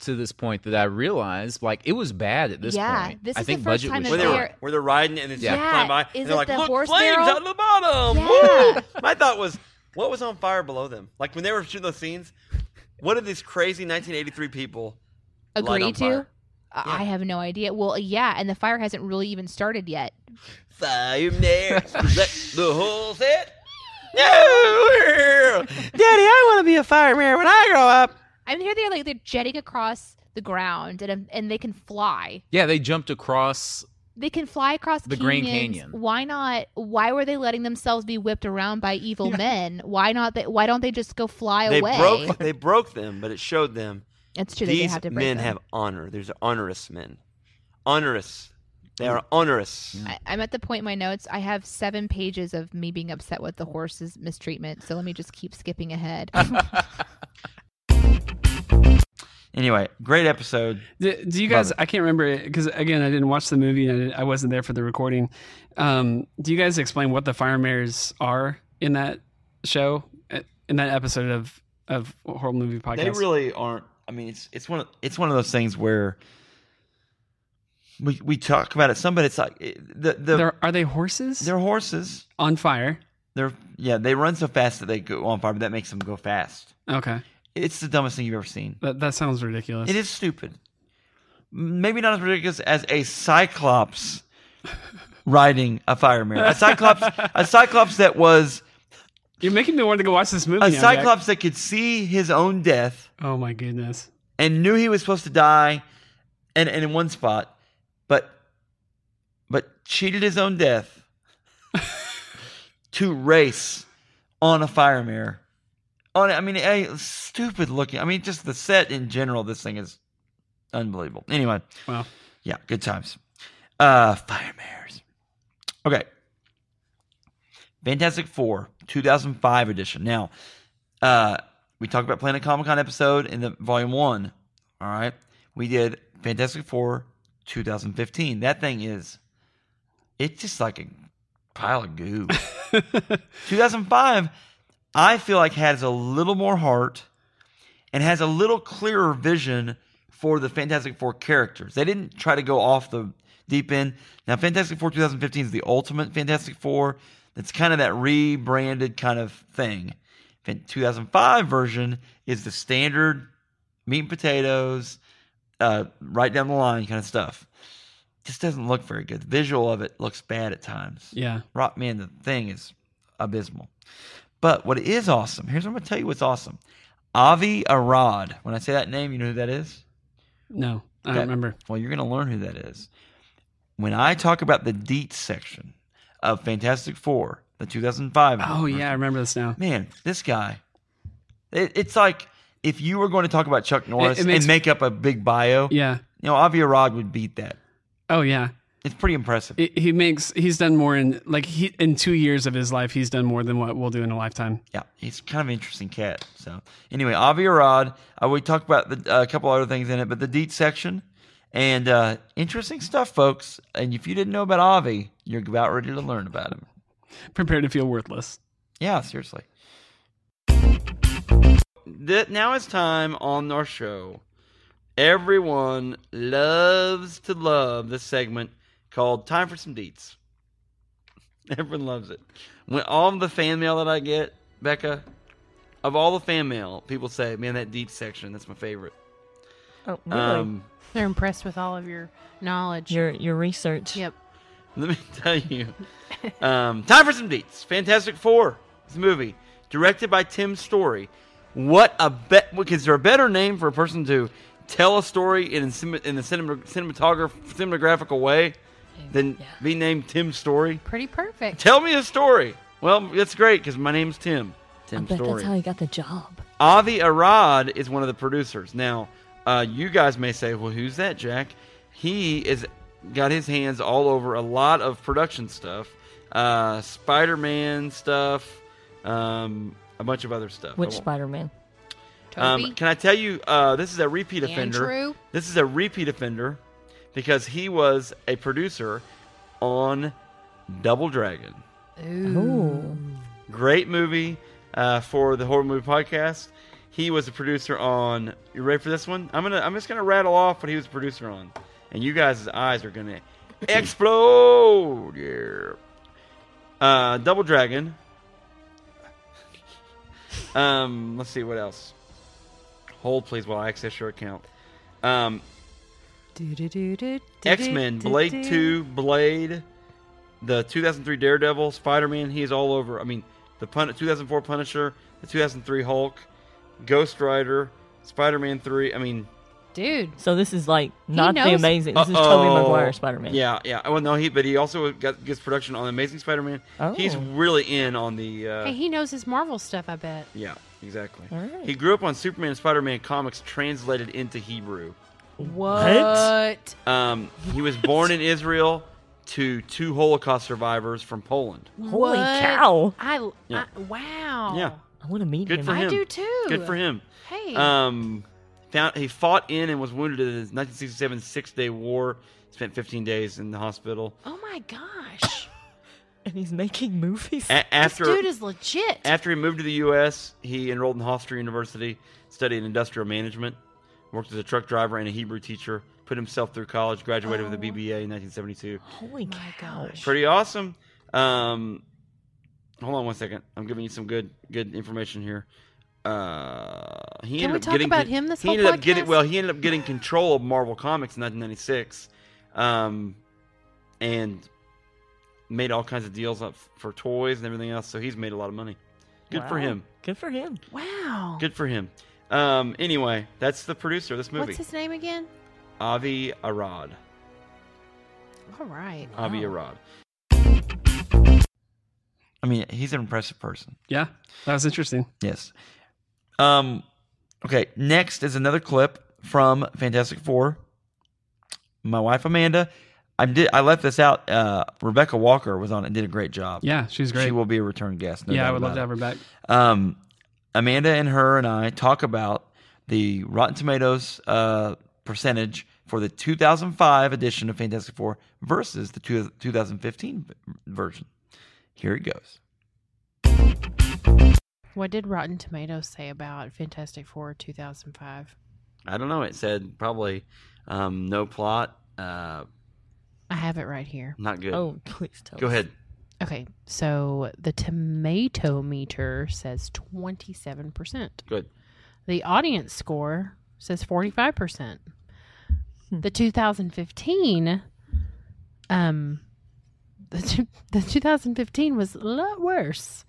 to this point that I realized. Like it was bad at this
Yeah,
point.
this
I
is the
think
first
budget
time
was
Where they
short.
were where they're riding and it's
Yeah.
just flying by
Yeah,
and
is
they're
it
like,
the
look,
horse
flames
barrel?"
out of the bottom.
Yeah.
Woo! My thought was, what was on fire below them? Like when they were shooting those scenes, what did these crazy 1983 people light
agree
on
to?
fire?
I- I have no idea. Well, yeah, and the fire hasn't really even started yet.
Fire mirrors, let the whole set. No, Daddy, I want to be a fire mirror when I grow up.
I'm here. They're like they're jetting across the ground, and um, and they can fly.
Yeah, they jumped across
They can fly across
The Grand
canyons.
Canyon.
Why not? Why were they letting themselves be whipped around by evil men? Why not? They, why don't they just go fly
They
away?
broke. They broke them, but it showed them.
That's true, they did
These
have to break
men
them.
have honor. These are onerous men. Onerous. They are onerous.
I, I'm at the point in my notes. I have seven pages of me being upset with the horse's mistreatment. So let me just keep skipping ahead.
Anyway, great episode.
Do, do you guys? I can't remember it because again, I didn't watch the movie and I, didn't- I wasn't there for the recording. Um, do you guys explain what the fire mirrors are in that show, uh, in that episode of of horror movie podcast?
They really aren't. I mean, it's it's one of, it's one of those things where we we talk about it. Some, but it's like it- the the
They're- are they horses?
They're horses
on fire.
They're yeah. They run so fast that they go on fire, but that makes them go fast.
Okay.
It's the dumbest thing you've ever seen.
That that sounds ridiculous.
It is stupid. Maybe not as ridiculous as a cyclops riding a fire mirror. A cyclops, a cyclops that was
You're making me want to go watch this movie.
a
now, Jack.
cyclops that could see his own death.
Oh my goodness!
And knew he was supposed to die, and, and in one spot, but but cheated his own death to race on a fire mirror. On I mean, hey, stupid looking. I mean, just the set in general. This thing is unbelievable. Anyway,
wow,
yeah, good times. Uh, fire mirrors. Okay, Fantastic Four, 2005 edition. Now, uh, we talked about Planet Comic Con episode in the volume one. All right, we did Fantastic Four 2015. That thing is, it's just like a pile of goo. 2005, I feel like has a little more heart and has a little clearer vision for the Fantastic Four characters. They didn't try to go off the deep end. Now, Fantastic Four 2015 is the ultimate Fantastic Four. It's kind of that rebranded kind of thing. Fan- 2005 version is the standard meat and potatoes, uh, right down the line kind of stuff. Just doesn't look very good. The visual of it looks bad at times.
Yeah.
Rock Man, the thing is abysmal. But what is awesome, here's what I'm going to tell you what's awesome Avi Arad. When I say that name, you know who that is?
No, I don't
Okay.
remember.
Well, you're going to learn who that is. When I talk about the Deets section of Fantastic Four, the 2005.
Oh, yeah, I remember this now.
Man, this guy. It, it's like if you were going to talk about Chuck Norris
it makes-
and make up a big bio.
Yeah.
You know, Avi Arad would beat that.
Oh yeah,
it's pretty impressive.
he makes he's done more in like he in two years of his life he's done more than what we'll do in a lifetime.
Yeah, he's kind of an interesting cat. So anyway, Avi Arad. Uh, we talked about the, a couple other things in it, but the Deet section and uh, interesting stuff, folks. And if you didn't know about Avi, you're about ready to learn about him.
Prepare to feel worthless.
Yeah, seriously. Th- now it's time on our show. Everyone loves to love this segment called "Time for Some Deets." Everyone loves it. When all of the fan mail that I get, Becca, of all the fan mail, people say, "Man, that deep section, that's my favorite."
Oh,
really? Um,
They're impressed with all of your knowledge.
Your your research.
Yep.
Let me tell you. Um, time for some deets. Fantastic Four, this movie, directed by Tim Story. What a bet! Is there a better name for a person to tell a story in a cin- in the cinema, cinematograph cinematographical way than be named Tim Story?
Pretty perfect.
Tell me a story. Well, that's great because my name's Tim. Tim
I bet
Story.
that's how he got the job.
Avi Arad is one of the producers. Now, uh, you guys may say, "Well, who's that, Jack?" He is got his hands all over a lot of production stuff, uh, Spider-Man stuff, um, a bunch of other stuff. I
Which
won't-
Spider Man?
um,
Toby?
can I tell you? Uh, this is a repeat offender.
Andrew?
This is a repeat offender because he was a producer on Double Dragon.
Ooh.
Great movie uh, for the horror movie podcast. He was a producer on. You ready for this one? I'm gonna. I'm just gonna rattle off what he was a producer on, and you guys' eyes are gonna explode. Yeah. Uh, Double Dragon. Um, let's see what else. Hold please while I access your account. Um, X Men, Blade Two, Blade, the 2003 Daredevil, Spider Man. He is all over. I mean, the pun- 2004 Punisher, the 2003 Hulk, Ghost Rider, Spider Man Three. I mean,
Dude.
So this is like not the
knows-
amazing. This is Toby
Uh-oh.
Maguire Spider Man.
Yeah, yeah. Well, no, he but he also got gets production on Amazing Spider Man. He's
Oh.
really in on the. Uh,
Hey, he knows his Marvel stuff, I bet.
yeah, exactly.
All right.
He grew up on Superman and Spider Man comics translated into Hebrew.
What?
Um, he was born in Israel to two Holocaust survivors from Poland.
Holy cow.
I,
Yeah.
I wow.
Yeah.
I want to meet
Good
him.
for him.
I do too.
Good for him.
Hey.
Um, found he fought in and was wounded in the 1967 Six Day War. Spent 15 days in the hospital.
Oh my gosh.
and he's making movies.
A- after
Dude is legit.
after he moved to the U.S., he enrolled in Hofstra University, studied industrial management, worked as a truck driver and a Hebrew teacher. Put himself through college, graduated
Oh.
with a BBA in 1972.
Holy cow.
Pretty awesome. Um, hold on one second. I'm giving you some good good information here. Uh, he ended
Can we
up
talk
getting
about him this
he
whole
ended up getting
podcast?
well. He ended up getting control of Marvel Comics in 1996, um, and made all kinds of deals up for toys and everything else. So he's made a lot of money. Good for
Wow.
him.
Good for him.
Wow.
Good for him. Um, anyway, that's the producer of this movie,
What's his name again?
Avi Arad.
All right. Oh.
Avi Arad. I mean, he's an impressive person.
Yeah, that was interesting.
Yes. Um, okay. Next is another clip from Fantastic Four. My wife Amanda. I did. I left this out. Uh, Rebecca Walker was on it. and Did a great job.
Yeah, she's great.
She will be a return guest. No
yeah, I
doubt
would love
about
to
it.
have her back.
Um, Amanda and her and I talk about the Rotten Tomatoes uh, percentage for the 2005 edition of Fantastic Four versus the two, 2015 v- version. Here it goes.
What did Rotten Tomatoes say about Fantastic Four 2005?
I don't know. It said probably um, no plot. Uh,
I have it right here.
Not good.
Oh, please tell
Go
us.
ahead.
Okay, so the tomato meter says 27%.
Good.
The audience score says 45%.
Hmm.
The 2015 um the, two- the 2015 was a lot worse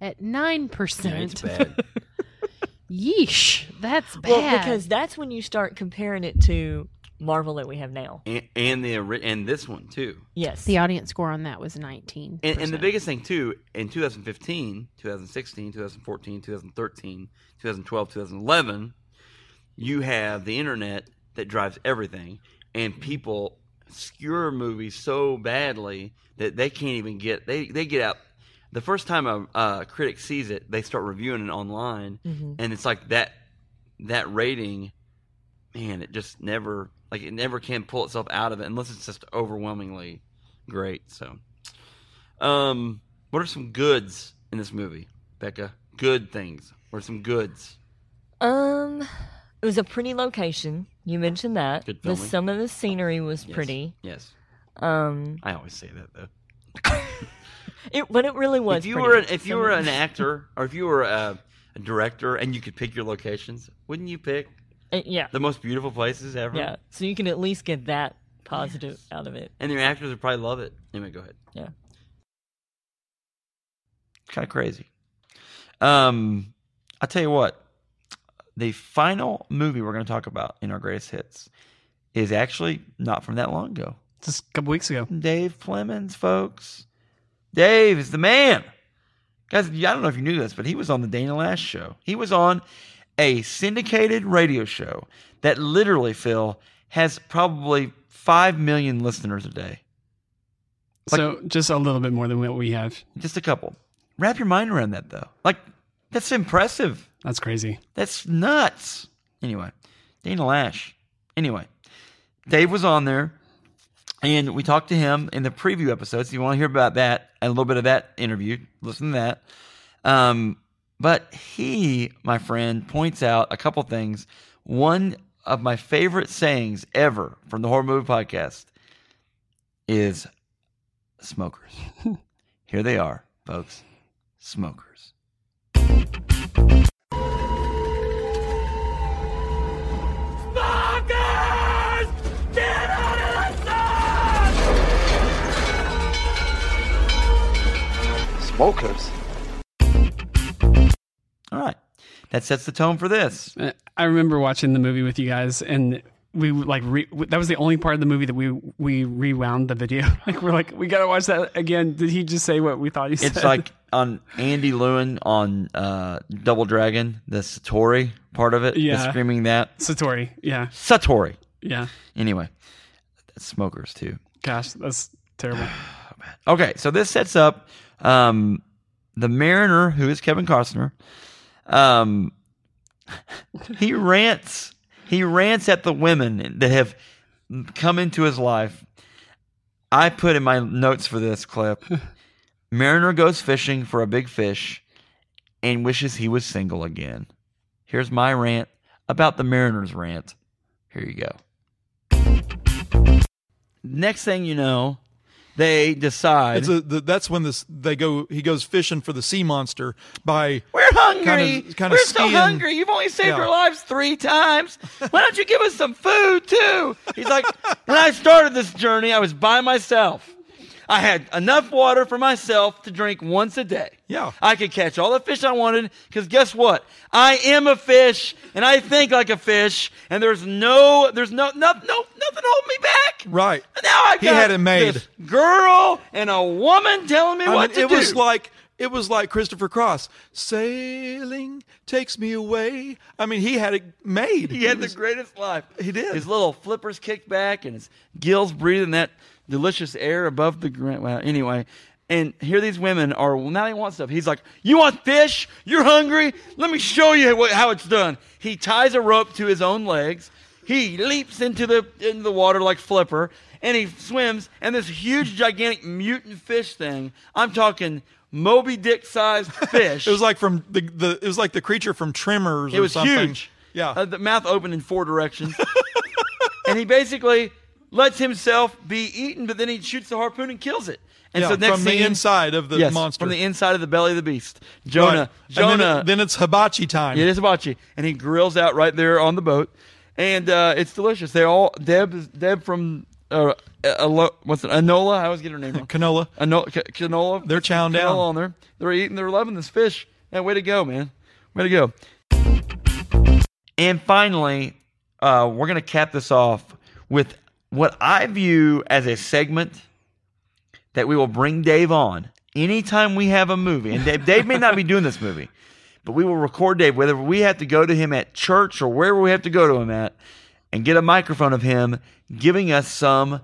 at 9%.
Yeah, it's bad.
Yeesh, that's bad.
Well, because that's when you start comparing it to Marvel that we have now.
And, and the ori- and this one too.
Yes.
The audience score on that was 19.
And, and the biggest thing too in 2015, 2016, 2014, 2013, 2012, 2011, you have the internet that drives everything, and people skewer movies so badly that they can't even get they they get out. The first time a, a critic sees it, they start reviewing it online,
Mhm.
and it's like that that rating man, it just never like it never can pull itself out of it unless it's just overwhelmingly great. So, um, what are some goods in this movie, Becca? Good things. What are some goods?
Um, it was a pretty location. You mentioned that.
Good
the,
filming.
some of the scenery was pretty.
Yes.
Um,
I always say that though.
it, but it really was.
if you
pretty.
were an, if you
Some
were
of-
an actor or if you were a, a director and you could pick your locations, wouldn't you pick
Uh, yeah.
the most beautiful places ever?
Yeah. So you can at least get that positive out of it.
And your actors would probably love it. Anyway, go ahead.
Yeah.
kind of crazy. Um, I tell you what, the final movie we're going to talk about in our greatest hits is actually not from that long ago.
Just a couple weeks ago.
Dave Plemons, folks. Dave is the man. Guys, I don't know if you knew this, but he was on the Dana Lash show. He was on a syndicated radio show that literally, Phil, has probably 5 million listeners a day.
so just a little bit more than what we have.
Just a couple. Wrap your mind around that, though. Like, that's impressive.
That's crazy.
That's nuts. Anyway, Dana Lash. Anyway, Dave was on there, and we talked to him in the preview episode. So you want to hear about that and a little bit of that interview? Listen to that. Um, but he, my friend, points out a couple things. One of my favorite sayings ever from the horror movie podcast is smokers. Here they are, folks. Smokers.
Smokers.
All right. That sets the tone for this.
Uh, I remember watching the movie with you guys, and we like re- w- that was the only part of the movie that we we rewound the video. like we're like, we gotta watch that again. Did he just say what we thought he said?
It's like on Andy Lewin on uh, Double Dragon, the Satori part of it. the
Yeah.
screaming that.
Satori, yeah.
Satori.
Yeah.
Anyway, that's smokers too.
gosh, that's terrible.
Okay, so this sets up um, the Mariner, who is Kevin Costner. Um, he rants. He rants at the women that have come into his life. I put in my notes for this clip. Mariner goes fishing for a big fish and wishes he was single again. Here's my rant about the Mariner's rant. Here you go next thing you know, they decide.
It's a, the, that's when this they go. He goes fishing for the sea monster by
we're hungry.
Kind of, kind
we're
of
so
skiing.
hungry. You've only saved
Yeah.
our lives three times. Why don't you give us some food too? He's like, when I started this journey, I was by myself. I had enough water for myself to drink once a day.
Yeah.
I could catch all the fish I wanted because guess what? I am a fish and I think like a fish. And there's no, there's no, no, no, nothing holding me back.
Right.
Now I got
He had it made.
this girl and a woman telling me
I
what
mean,
to
it
do.
was like it was like Christopher Cross sailing takes me away. I mean, he had it made.
He had the greatest life.
He did.
His little flippers kicked back and his gills breathing that delicious air above the ground. Well, anyway, and here these women are. Well, now they want stuff. He's like, "You want fish? You're hungry? Let me show you what, how it's done." He ties a rope to his own legs. He leaps into the into the water like Flipper, and he swims. And this huge, gigantic mutant fish thing. I'm talking Moby Dick sized fish.
It was like from the, the it was like the creature from Tremors.
It
or
was
something.
huge.
Yeah,
Uh, the mouth open in four directions. and he basically lets himself be eaten, but then he shoots the harpoon and kills it. And
Yeah,
so next
from the
scene-
inside of the
Yes,
monster.
from the inside of the belly of the beast, Jonah.
Right. And
Jonah.
then, it- then it's hibachi time.
Yeah, it is hibachi, and he grills out right there on the boat, and uh, it's delicious. They're all Deb. is- Deb from uh, uh, Alo- what's it? Anola. I always get her name wrong.
canola.
Anola. C- canola. They're
chowing
canola
down.
on there. They're eating. They're loving this fish. Now, way to go, man. Way to go. And finally, uh, we're gonna cap this off with what I view as a segment that we will bring Dave on anytime we have a movie. And Dave, Dave may not be doing this movie, but we will record Dave, whether we have to go to him at church or wherever we have to go to him at, and get a microphone of him giving us some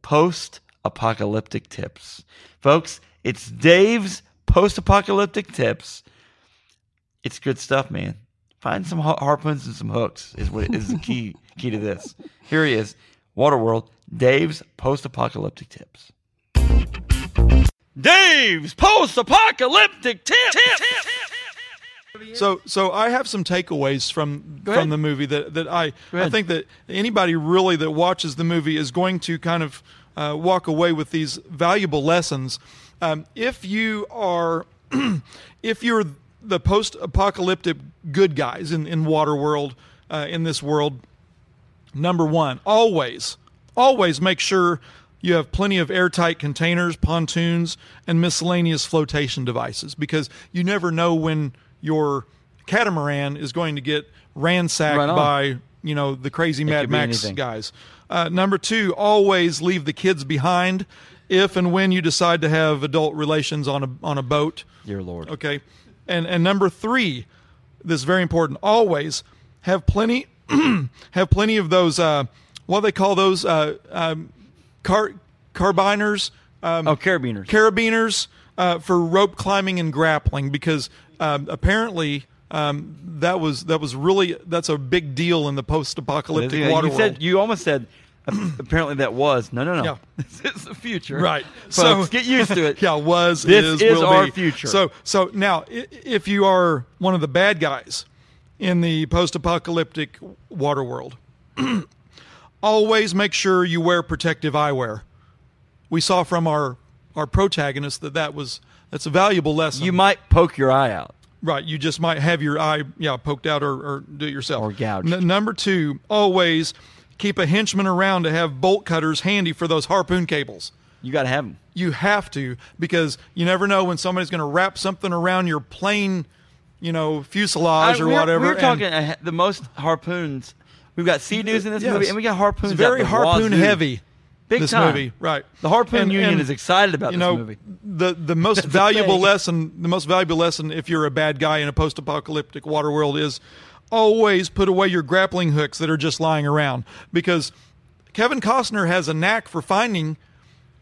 post apocalyptic tips. Folks, it's Dave's post apocalyptic tips. It's good stuff, man. Find some har- harpoons and some hooks is what is the key key to this. Here he is, Waterworld. Dave's post-apocalyptic tips. Dave's post-apocalyptic tip.
So, so I have some takeaways from
ahead.
from the movie that that I I
ahead.
think that anybody really that watches the movie is going to kind of uh, walk away with these valuable lessons. Um, if you are, if you're the post-apocalyptic good guys in in Waterworld, uh, in this world, Number one, always, always make sure you have plenty of airtight containers, pontoons, and miscellaneous flotation devices because you never know when your catamaran is going to get ransacked
Right on.
by you know the crazy Mad
could be
Max
anything.
guys. Uh, number two, always leave the kids behind if and when you decide to have adult relations on a on a boat.
Dear Lord.
Okay. And and number three, this is very important. Always have plenty have plenty of those uh, what do they call those uh, um, car carbiners. Um,
oh, carabiners.
Carabiners uh, for rope climbing and grappling because um, apparently. Um, that was that was really that's a big deal in the post-apocalyptic
You
water
said-
world.
you almost said. uh, Apparently that was no no no.
Yeah.
This is the future.
Right.
So get used to it.
yeah, was
This
is,
is
will
our
be.
future.
So so now i- if you are one of the bad guys in the post-apocalyptic water world, always make sure you wear protective eyewear. We saw from our our protagonist that that was that's a valuable lesson.
You might poke your eye out.
Right, you just might have your eye, yeah, poked out or, or do it yourself. Or
gouged.
number two, always keep a henchman around to have bolt cutters handy for those harpoon cables.
You got to have them.
You have to because you never know when somebody's going to wrap something around your plane, you know, fuselage
I-
or
we're,
whatever.
We're
and-
talking uh, the most harpoons. We've got sea dudes in this
Yes.
movie, and we got harpoons.
It's very
out the
harpoon
wazoo.
heavy.
Big
this
time.
movie, right?
The harpoon
And-
union
and,
is excited about
you
this
know,
movie.
The the most
That's a
valuable
thing.
lesson, the most valuable lesson, if you're a bad guy in a post-apocalyptic water world, is always put away your grappling hooks that are just lying around because Kevin Costner has a knack for finding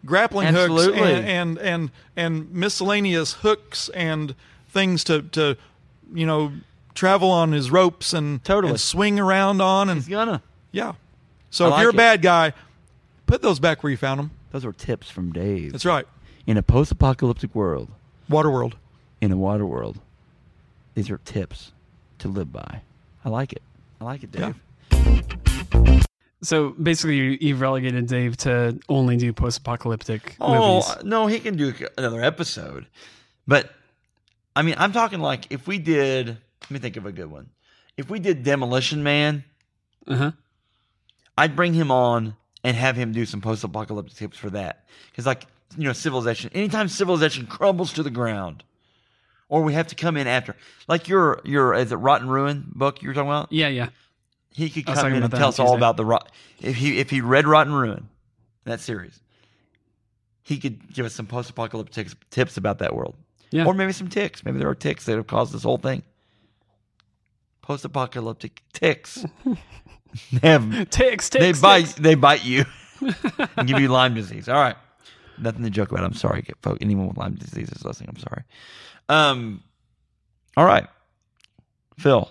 grappling
Absolutely.
hooks and, and and and miscellaneous hooks and things to to you know travel on his ropes and
Totally.
and swing around on and he's
gonna
yeah.
I
So if
like
you're
it.
a bad guy, put those back where you found them.
Those were tips from Dave.
That's right.
In a post-apocalyptic world,
Waterworld.
in a water world, these are tips to live by. I like it. I like it, Dave.
So basically, you, you've relegated Dave to only do post-apocalyptic
Oh
movies.
uh, no, he can do another episode. But I mean, I'm talking like if we did. Let me think of a good one. If we did Demolition Man,
uh-huh.
I'd bring him on and have him do some post-apocalyptic tips for that. Because like you know, civilization. Anytime civilization crumbles to the ground, or we have to come in after, like your your is it Rotten Ruin book you were talking about?
Yeah, yeah.
He could
I was
come
talking
in
about
and
that
tell
on
us all
Tuesday.
about the rot. If he if he read Rotten Ruin, that series, he could give us some post-apocalyptic tips, tips about that world.
Yeah.
Or maybe some ticks. Maybe there are ticks that have caused this whole thing. Post-apocalyptic ticks. they have,
ticks, ticks.
They bite. They bite you and give you Lyme disease. All right. Nothing to joke about. I'm sorry, folks. Anyone with Lyme disease is listening. I'm sorry. Um. All right, Phil.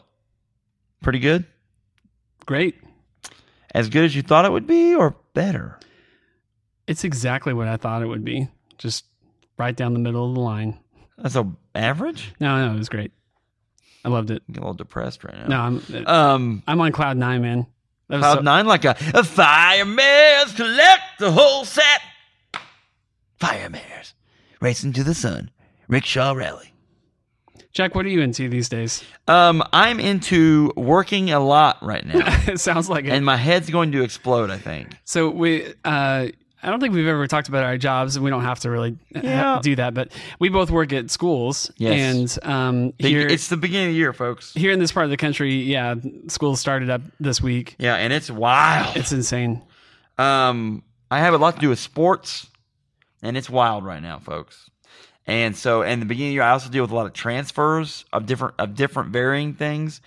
Pretty good.
Great.
as good as you thought it would be, or better?
It's exactly what I thought it would be. Just right down the middle of the line.
That's a average?
No, no, it was great. I loved it.
Get a little depressed right now.
No, I'm um I'm on cloud nine, man. That was
Cloud
so-
nine, like a, a fireman's collect the whole set. Firemares racing to the sun, rickshaw rally.
Jack, what are you into these days?
Um, I'm into working a lot right now.
it sounds like it.
And my head's going to explode. I think.
So we, uh, I don't think we've ever talked about our jobs, and we don't have to really uh,
Yeah.
do that. But we both work at schools,
Yes.
and um,
The-
here
it's the beginning of the year, folks.
Here in this part of the country, yeah, schools started up this week.
Yeah, and it's wild.
It's insane.
Um, I have a lot to do with sports, and it's wild right now, folks. And so, in the beginning of the year, I also deal with a lot of transfers of different of different varying things.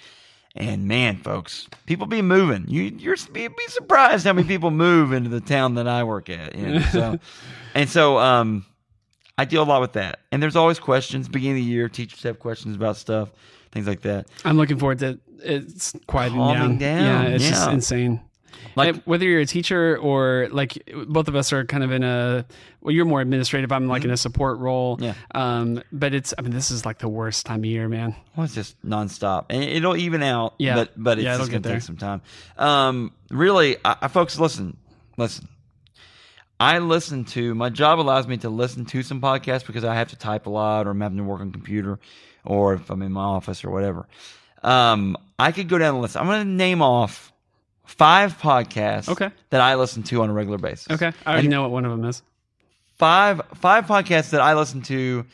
And man, folks, people be moving. You you're you'd be surprised how many people move into the town that I work at. You know? So, and so, um, I deal a lot with that. And there's always questions. Beginning of the year, teachers have questions about stuff, things like that.
I'm looking forward to it's quieting
Calming down,
Yeah, it's just
yeah.
insane. Like whether you're a teacher or like both of us are kind of in a well, you're more administrative. I'm like in a support role.
Mm-hmm. Yeah.
Um, but it's I mean this is like the worst time of year, man.
Well, it's just nonstop, and it'll even out.
Yeah.
but but it's
Yeah, it'll
just gonna
get there.
take some time. Um, really, I, I folks, listen, listen. I listen to my job allows me to listen to some podcasts because I have to type a lot, or I'm having to work on a computer, or if I'm in my office or whatever. Um, I could go down the list. I'm gonna name off five podcasts.
Okay.
That I listen to on a regular basis.
Okay, I already
And-
know what one of them is.
five five podcasts that I listen to,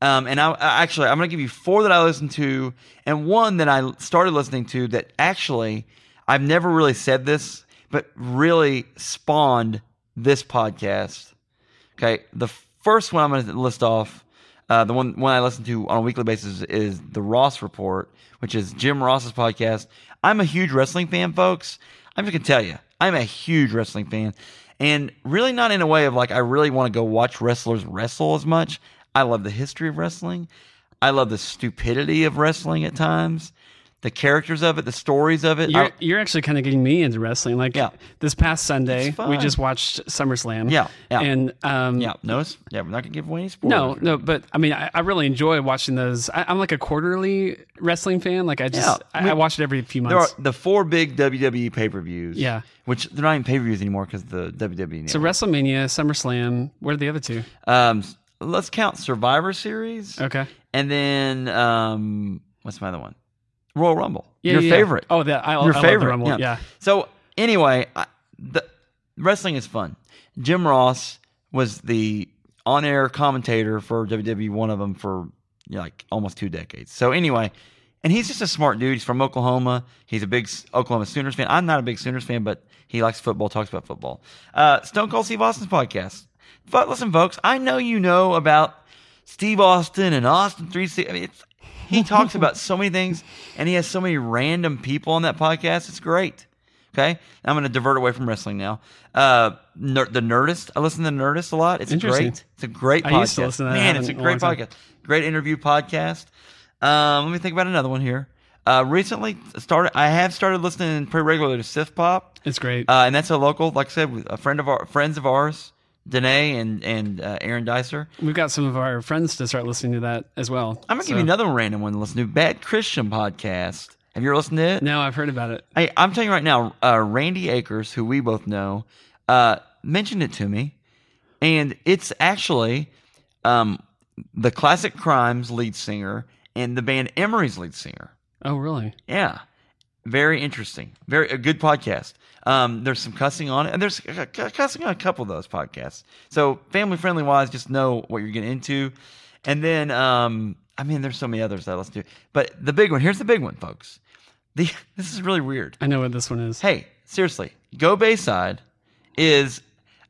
um, and I I- actually I'm going to give you four that I listen to, and one that I started listening to that actually I've never really said this, but really spawned this podcast. Okay, the first one I'm going to list off. Uh, the one one I listen to on a weekly basis is the Ross Report, which is Jim Ross's podcast. I'm a huge wrestling fan, folks. I'm just gonna tell you, I'm a huge wrestling fan, and really not in a way of like I really want to go watch wrestlers wrestle as much. I love the history of wrestling. I love the stupidity of wrestling at times, the characters of it, the stories of it.
You're,
I-
you're actually kind of getting me into wrestling. Like this past Sunday, we
fun.
just watched SummerSlam.
Yeah, yeah.
And um,
yeah, no, it's, yeah, we're not gonna give away any spoilers.
No, no, but I mean, I, I really enjoy watching those. I, I'm like a quarterly wrestling fan. Like I just,
Yeah,
I,
we-
I watch it every few
There are
months.
the four big WWE pay per views.
Yeah.
Which they're not even pay per views anymore because the E WWE.
so
network.
WrestleMania, SummerSlam. What are the other two?
um, s- let's count Survivor Series.
Okay.
And then um, what's my other one? Royal Rumble.
Yeah,
Your
yeah, yeah.
favorite.
Oh, that- I- I
Your
love the
favorite.
Rumble, yeah.
So anyway, I, the wrestling is fun. Jim Ross was the on-air commentator for WWE, one of them for you know, like almost two decades. So anyway, and he's just a smart dude. He's from Oklahoma. He's a big S- Oklahoma Sooners fan. I'm not a big Sooners fan, but he likes football, talks about football. Uh, Stone Cold Steve Austin's podcast. But listen, folks, I know you know about Steve Austin and Austin 360. I mean, it's, he talks about so many things, and he has so many random people on that podcast. It's great. Okay, I'm going to divert away from wrestling now. Uh, Ner- the Nerdist. I listen to the Nerdist a lot. It's
Interesting.
great. It's a great podcast.
I used to listen to that. I
Man, it's a
haven't in a
great
long
podcast.
time.
Great interview podcast. Um, let me think about another one here. Uh, recently started. I have started listening pretty regularly to Sith Pop.
It's great.
Uh, and that's a local, like I said, with a friend of our friends of ours, Danae and and uh, Aaron Dicer.
We've got some of our friends to start listening to that as well.
I'm gonna give you another random one to listen to. Bad Christian podcast. Have you ever listened to it?
No, I've heard about it.
I, I'm telling you right now, uh, Randy Akers, who we both know, uh, mentioned it to me, and it's actually um, the Classic Crimes lead singer and the band Emery's lead singer.
Oh, really?
Yeah, very interesting. Very a good podcast. Um, there's some cussing on it, and there's c- c- cussing on a couple of those podcasts. So family friendly wise, just know what you're getting into. And then, um, I mean, there's so many others that I listen to, but the big one here's the big one, folks. The this is really weird.
I know what this one is.
Hey, seriously, Go Bayside is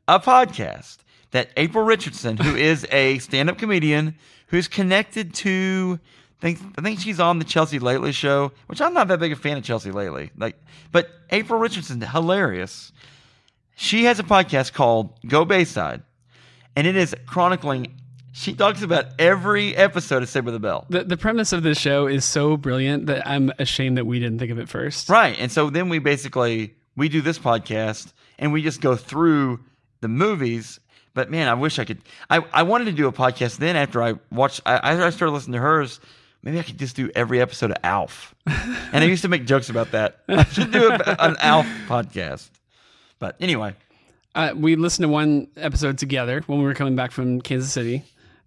a podcast that April Richardson, who is a stand-up comedian who's connected to I think, I think she's on the Chelsea Lately show, which I'm not that big a fan of Chelsea Lately. Like but April Richardson, hilarious. She has a podcast called Go Bayside, and it is chronicling she talks about every episode of Saber the Bell.
The, the premise of this show is so brilliant that I'm ashamed that we didn't think of it first.
Right. And so then we basically we do this podcast and we just go through the movies. But man, I wish I could. I, I wanted to do a podcast then after I watched, I, after I started listening to hers. Maybe I could just do every episode of Alf. And I used to make jokes about that. I should do a, an Alf podcast. But anyway,
Uh, we listened to one episode together when we were coming back from Kansas City.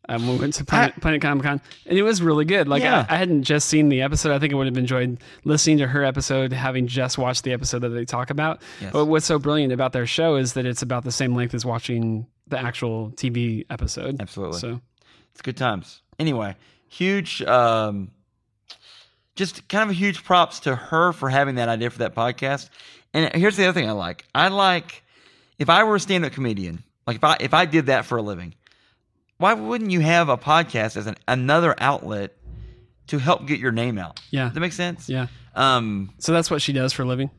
Um, we went to Planet, Planet Comic Con, and it was really good. Like
Yeah.
I, I hadn't just seen the episode; I think I would have enjoyed listening to her episode, having just watched the episode that they talk about.
Yes.
But what's so brilliant about their show is that it's about the same length as watching the actual TV episode.
Absolutely.
So
it's good times. Anyway, huge, um, just kind of huge props to her for having that idea for that podcast. And here's the other thing I like. I like if I were a stand-up comedian, like if I if I did that for a living, why wouldn't you have a podcast as an, another outlet to help get your name out?
Yeah.
Does that make sense?
Yeah.
Um,
so that's what she does for a living.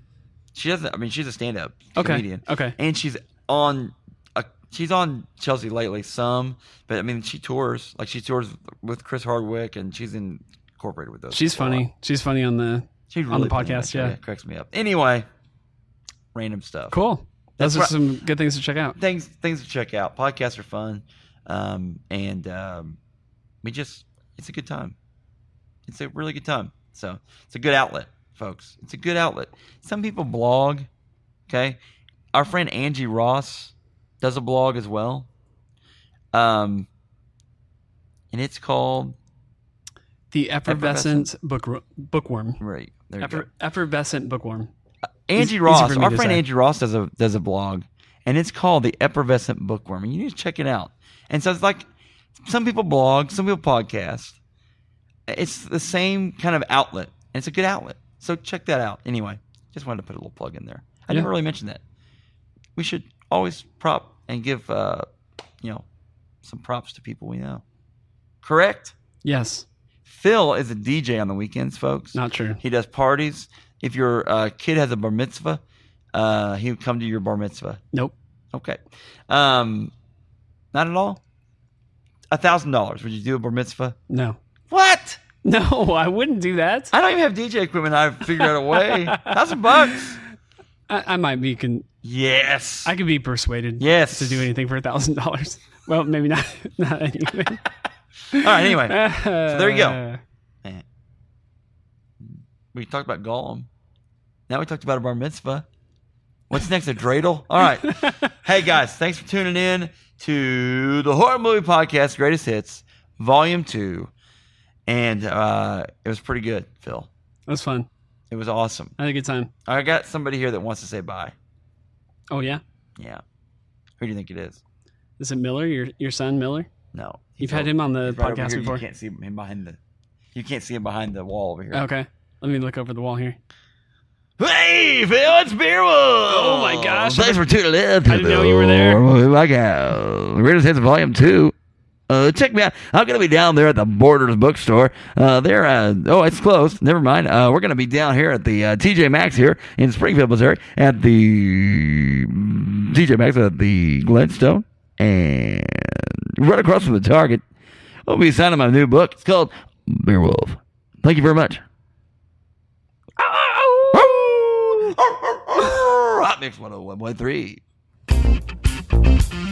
She doesn't. I mean, she's a stand-up
Okay,
comedian.
okay.
And she's on. A, she's on Chelsea lately, some, but I mean, she tours. Like she tours with Chris Hardwick, and she's in- incorporated with those.
she's
people a lot.
funny. She's funny on the
She's
on
really
the
funny,
podcast.
actually.
Yeah.
It cracks me up. Anyway, random stuff.
Cool. Those
That's
are some good things to check out.
Things things to check out. Podcasts are fun, um, and um, we just it's a good time. It's a really good time. So it's a good outlet, folks. It's a good outlet. Some people blog. Okay, our friend Angie Ross does a blog as well. Um, and it's called
The effervescent, book bookworm.
Right. There you go. Uh,
Effer- effervescent bookworm. Easy-
Angie
easy
Ross,
for me
our
to
friend
say.
Angie Ross does a does a blog, and it's called the Effervescent Bookworm, and you need to check it out. And so it's like some people blog, some people podcast. It's the same kind of outlet, and it's a good outlet. So check that out. Anyway, just wanted to put a little plug in there. I
Yeah.
never really mentioned that. We should always prop and give uh, you know some props to people we know. Correct.
Yes.
Phil is a DJ on the weekends, folks.
Not true.
He does parties. If your uh, kid has a bar mitzvah, uh, he would come to your bar mitzvah.
Nope.
Okay. Um, not at all. A thousand dollars. Would you do a bar mitzvah?
No.
What?
No, I wouldn't do that.
I don't even have DJ equipment. I figured out a way. thousand bucks.
I, I might be con-
Yes.
I could be persuaded.
Yes.
To do anything for a thousand dollars. Well, maybe not. Not anything.
All right. Anyway, so there you go.
Uh,
Man. We talked about Gollum. Now we talked about a bar mitzvah. What's next? A dreidel? All right. hey, guys, thanks for tuning in to the Horror Movie Podcast Greatest Hits, Volume 2. And uh, it was pretty good, Phil.
That was fun.
It was awesome.
I had a good time.
I got somebody here that wants to say bye.
Oh yeah.
Yeah. Who do you think it is?
Is it Miller? Your your son Miller?
No.
You've had him on the
He's right over
podcast
here.
before.
You can't see him behind the. You can't see him behind the wall over here.
Okay. Let me look over the wall here.
Hey, Phil, it's Beerwood. Oh
my gosh.
Thanks for tuning in.
I didn't know you were there.
Podcast. Greatest Hits Volume 2. Uh, check me out. I'm going to be down there at the Borders Bookstore. Uh, there, uh, oh, it's closed. Never mind. Uh, we're going to be down here at the uh, TJ Maxx here in Springfield, Missouri, at the TJ Maxx at the Glenstone, and right across from the Target. I'll be signing my new book. It's called Beerwolf. Thank you very much. oh Hot Mix 101.3.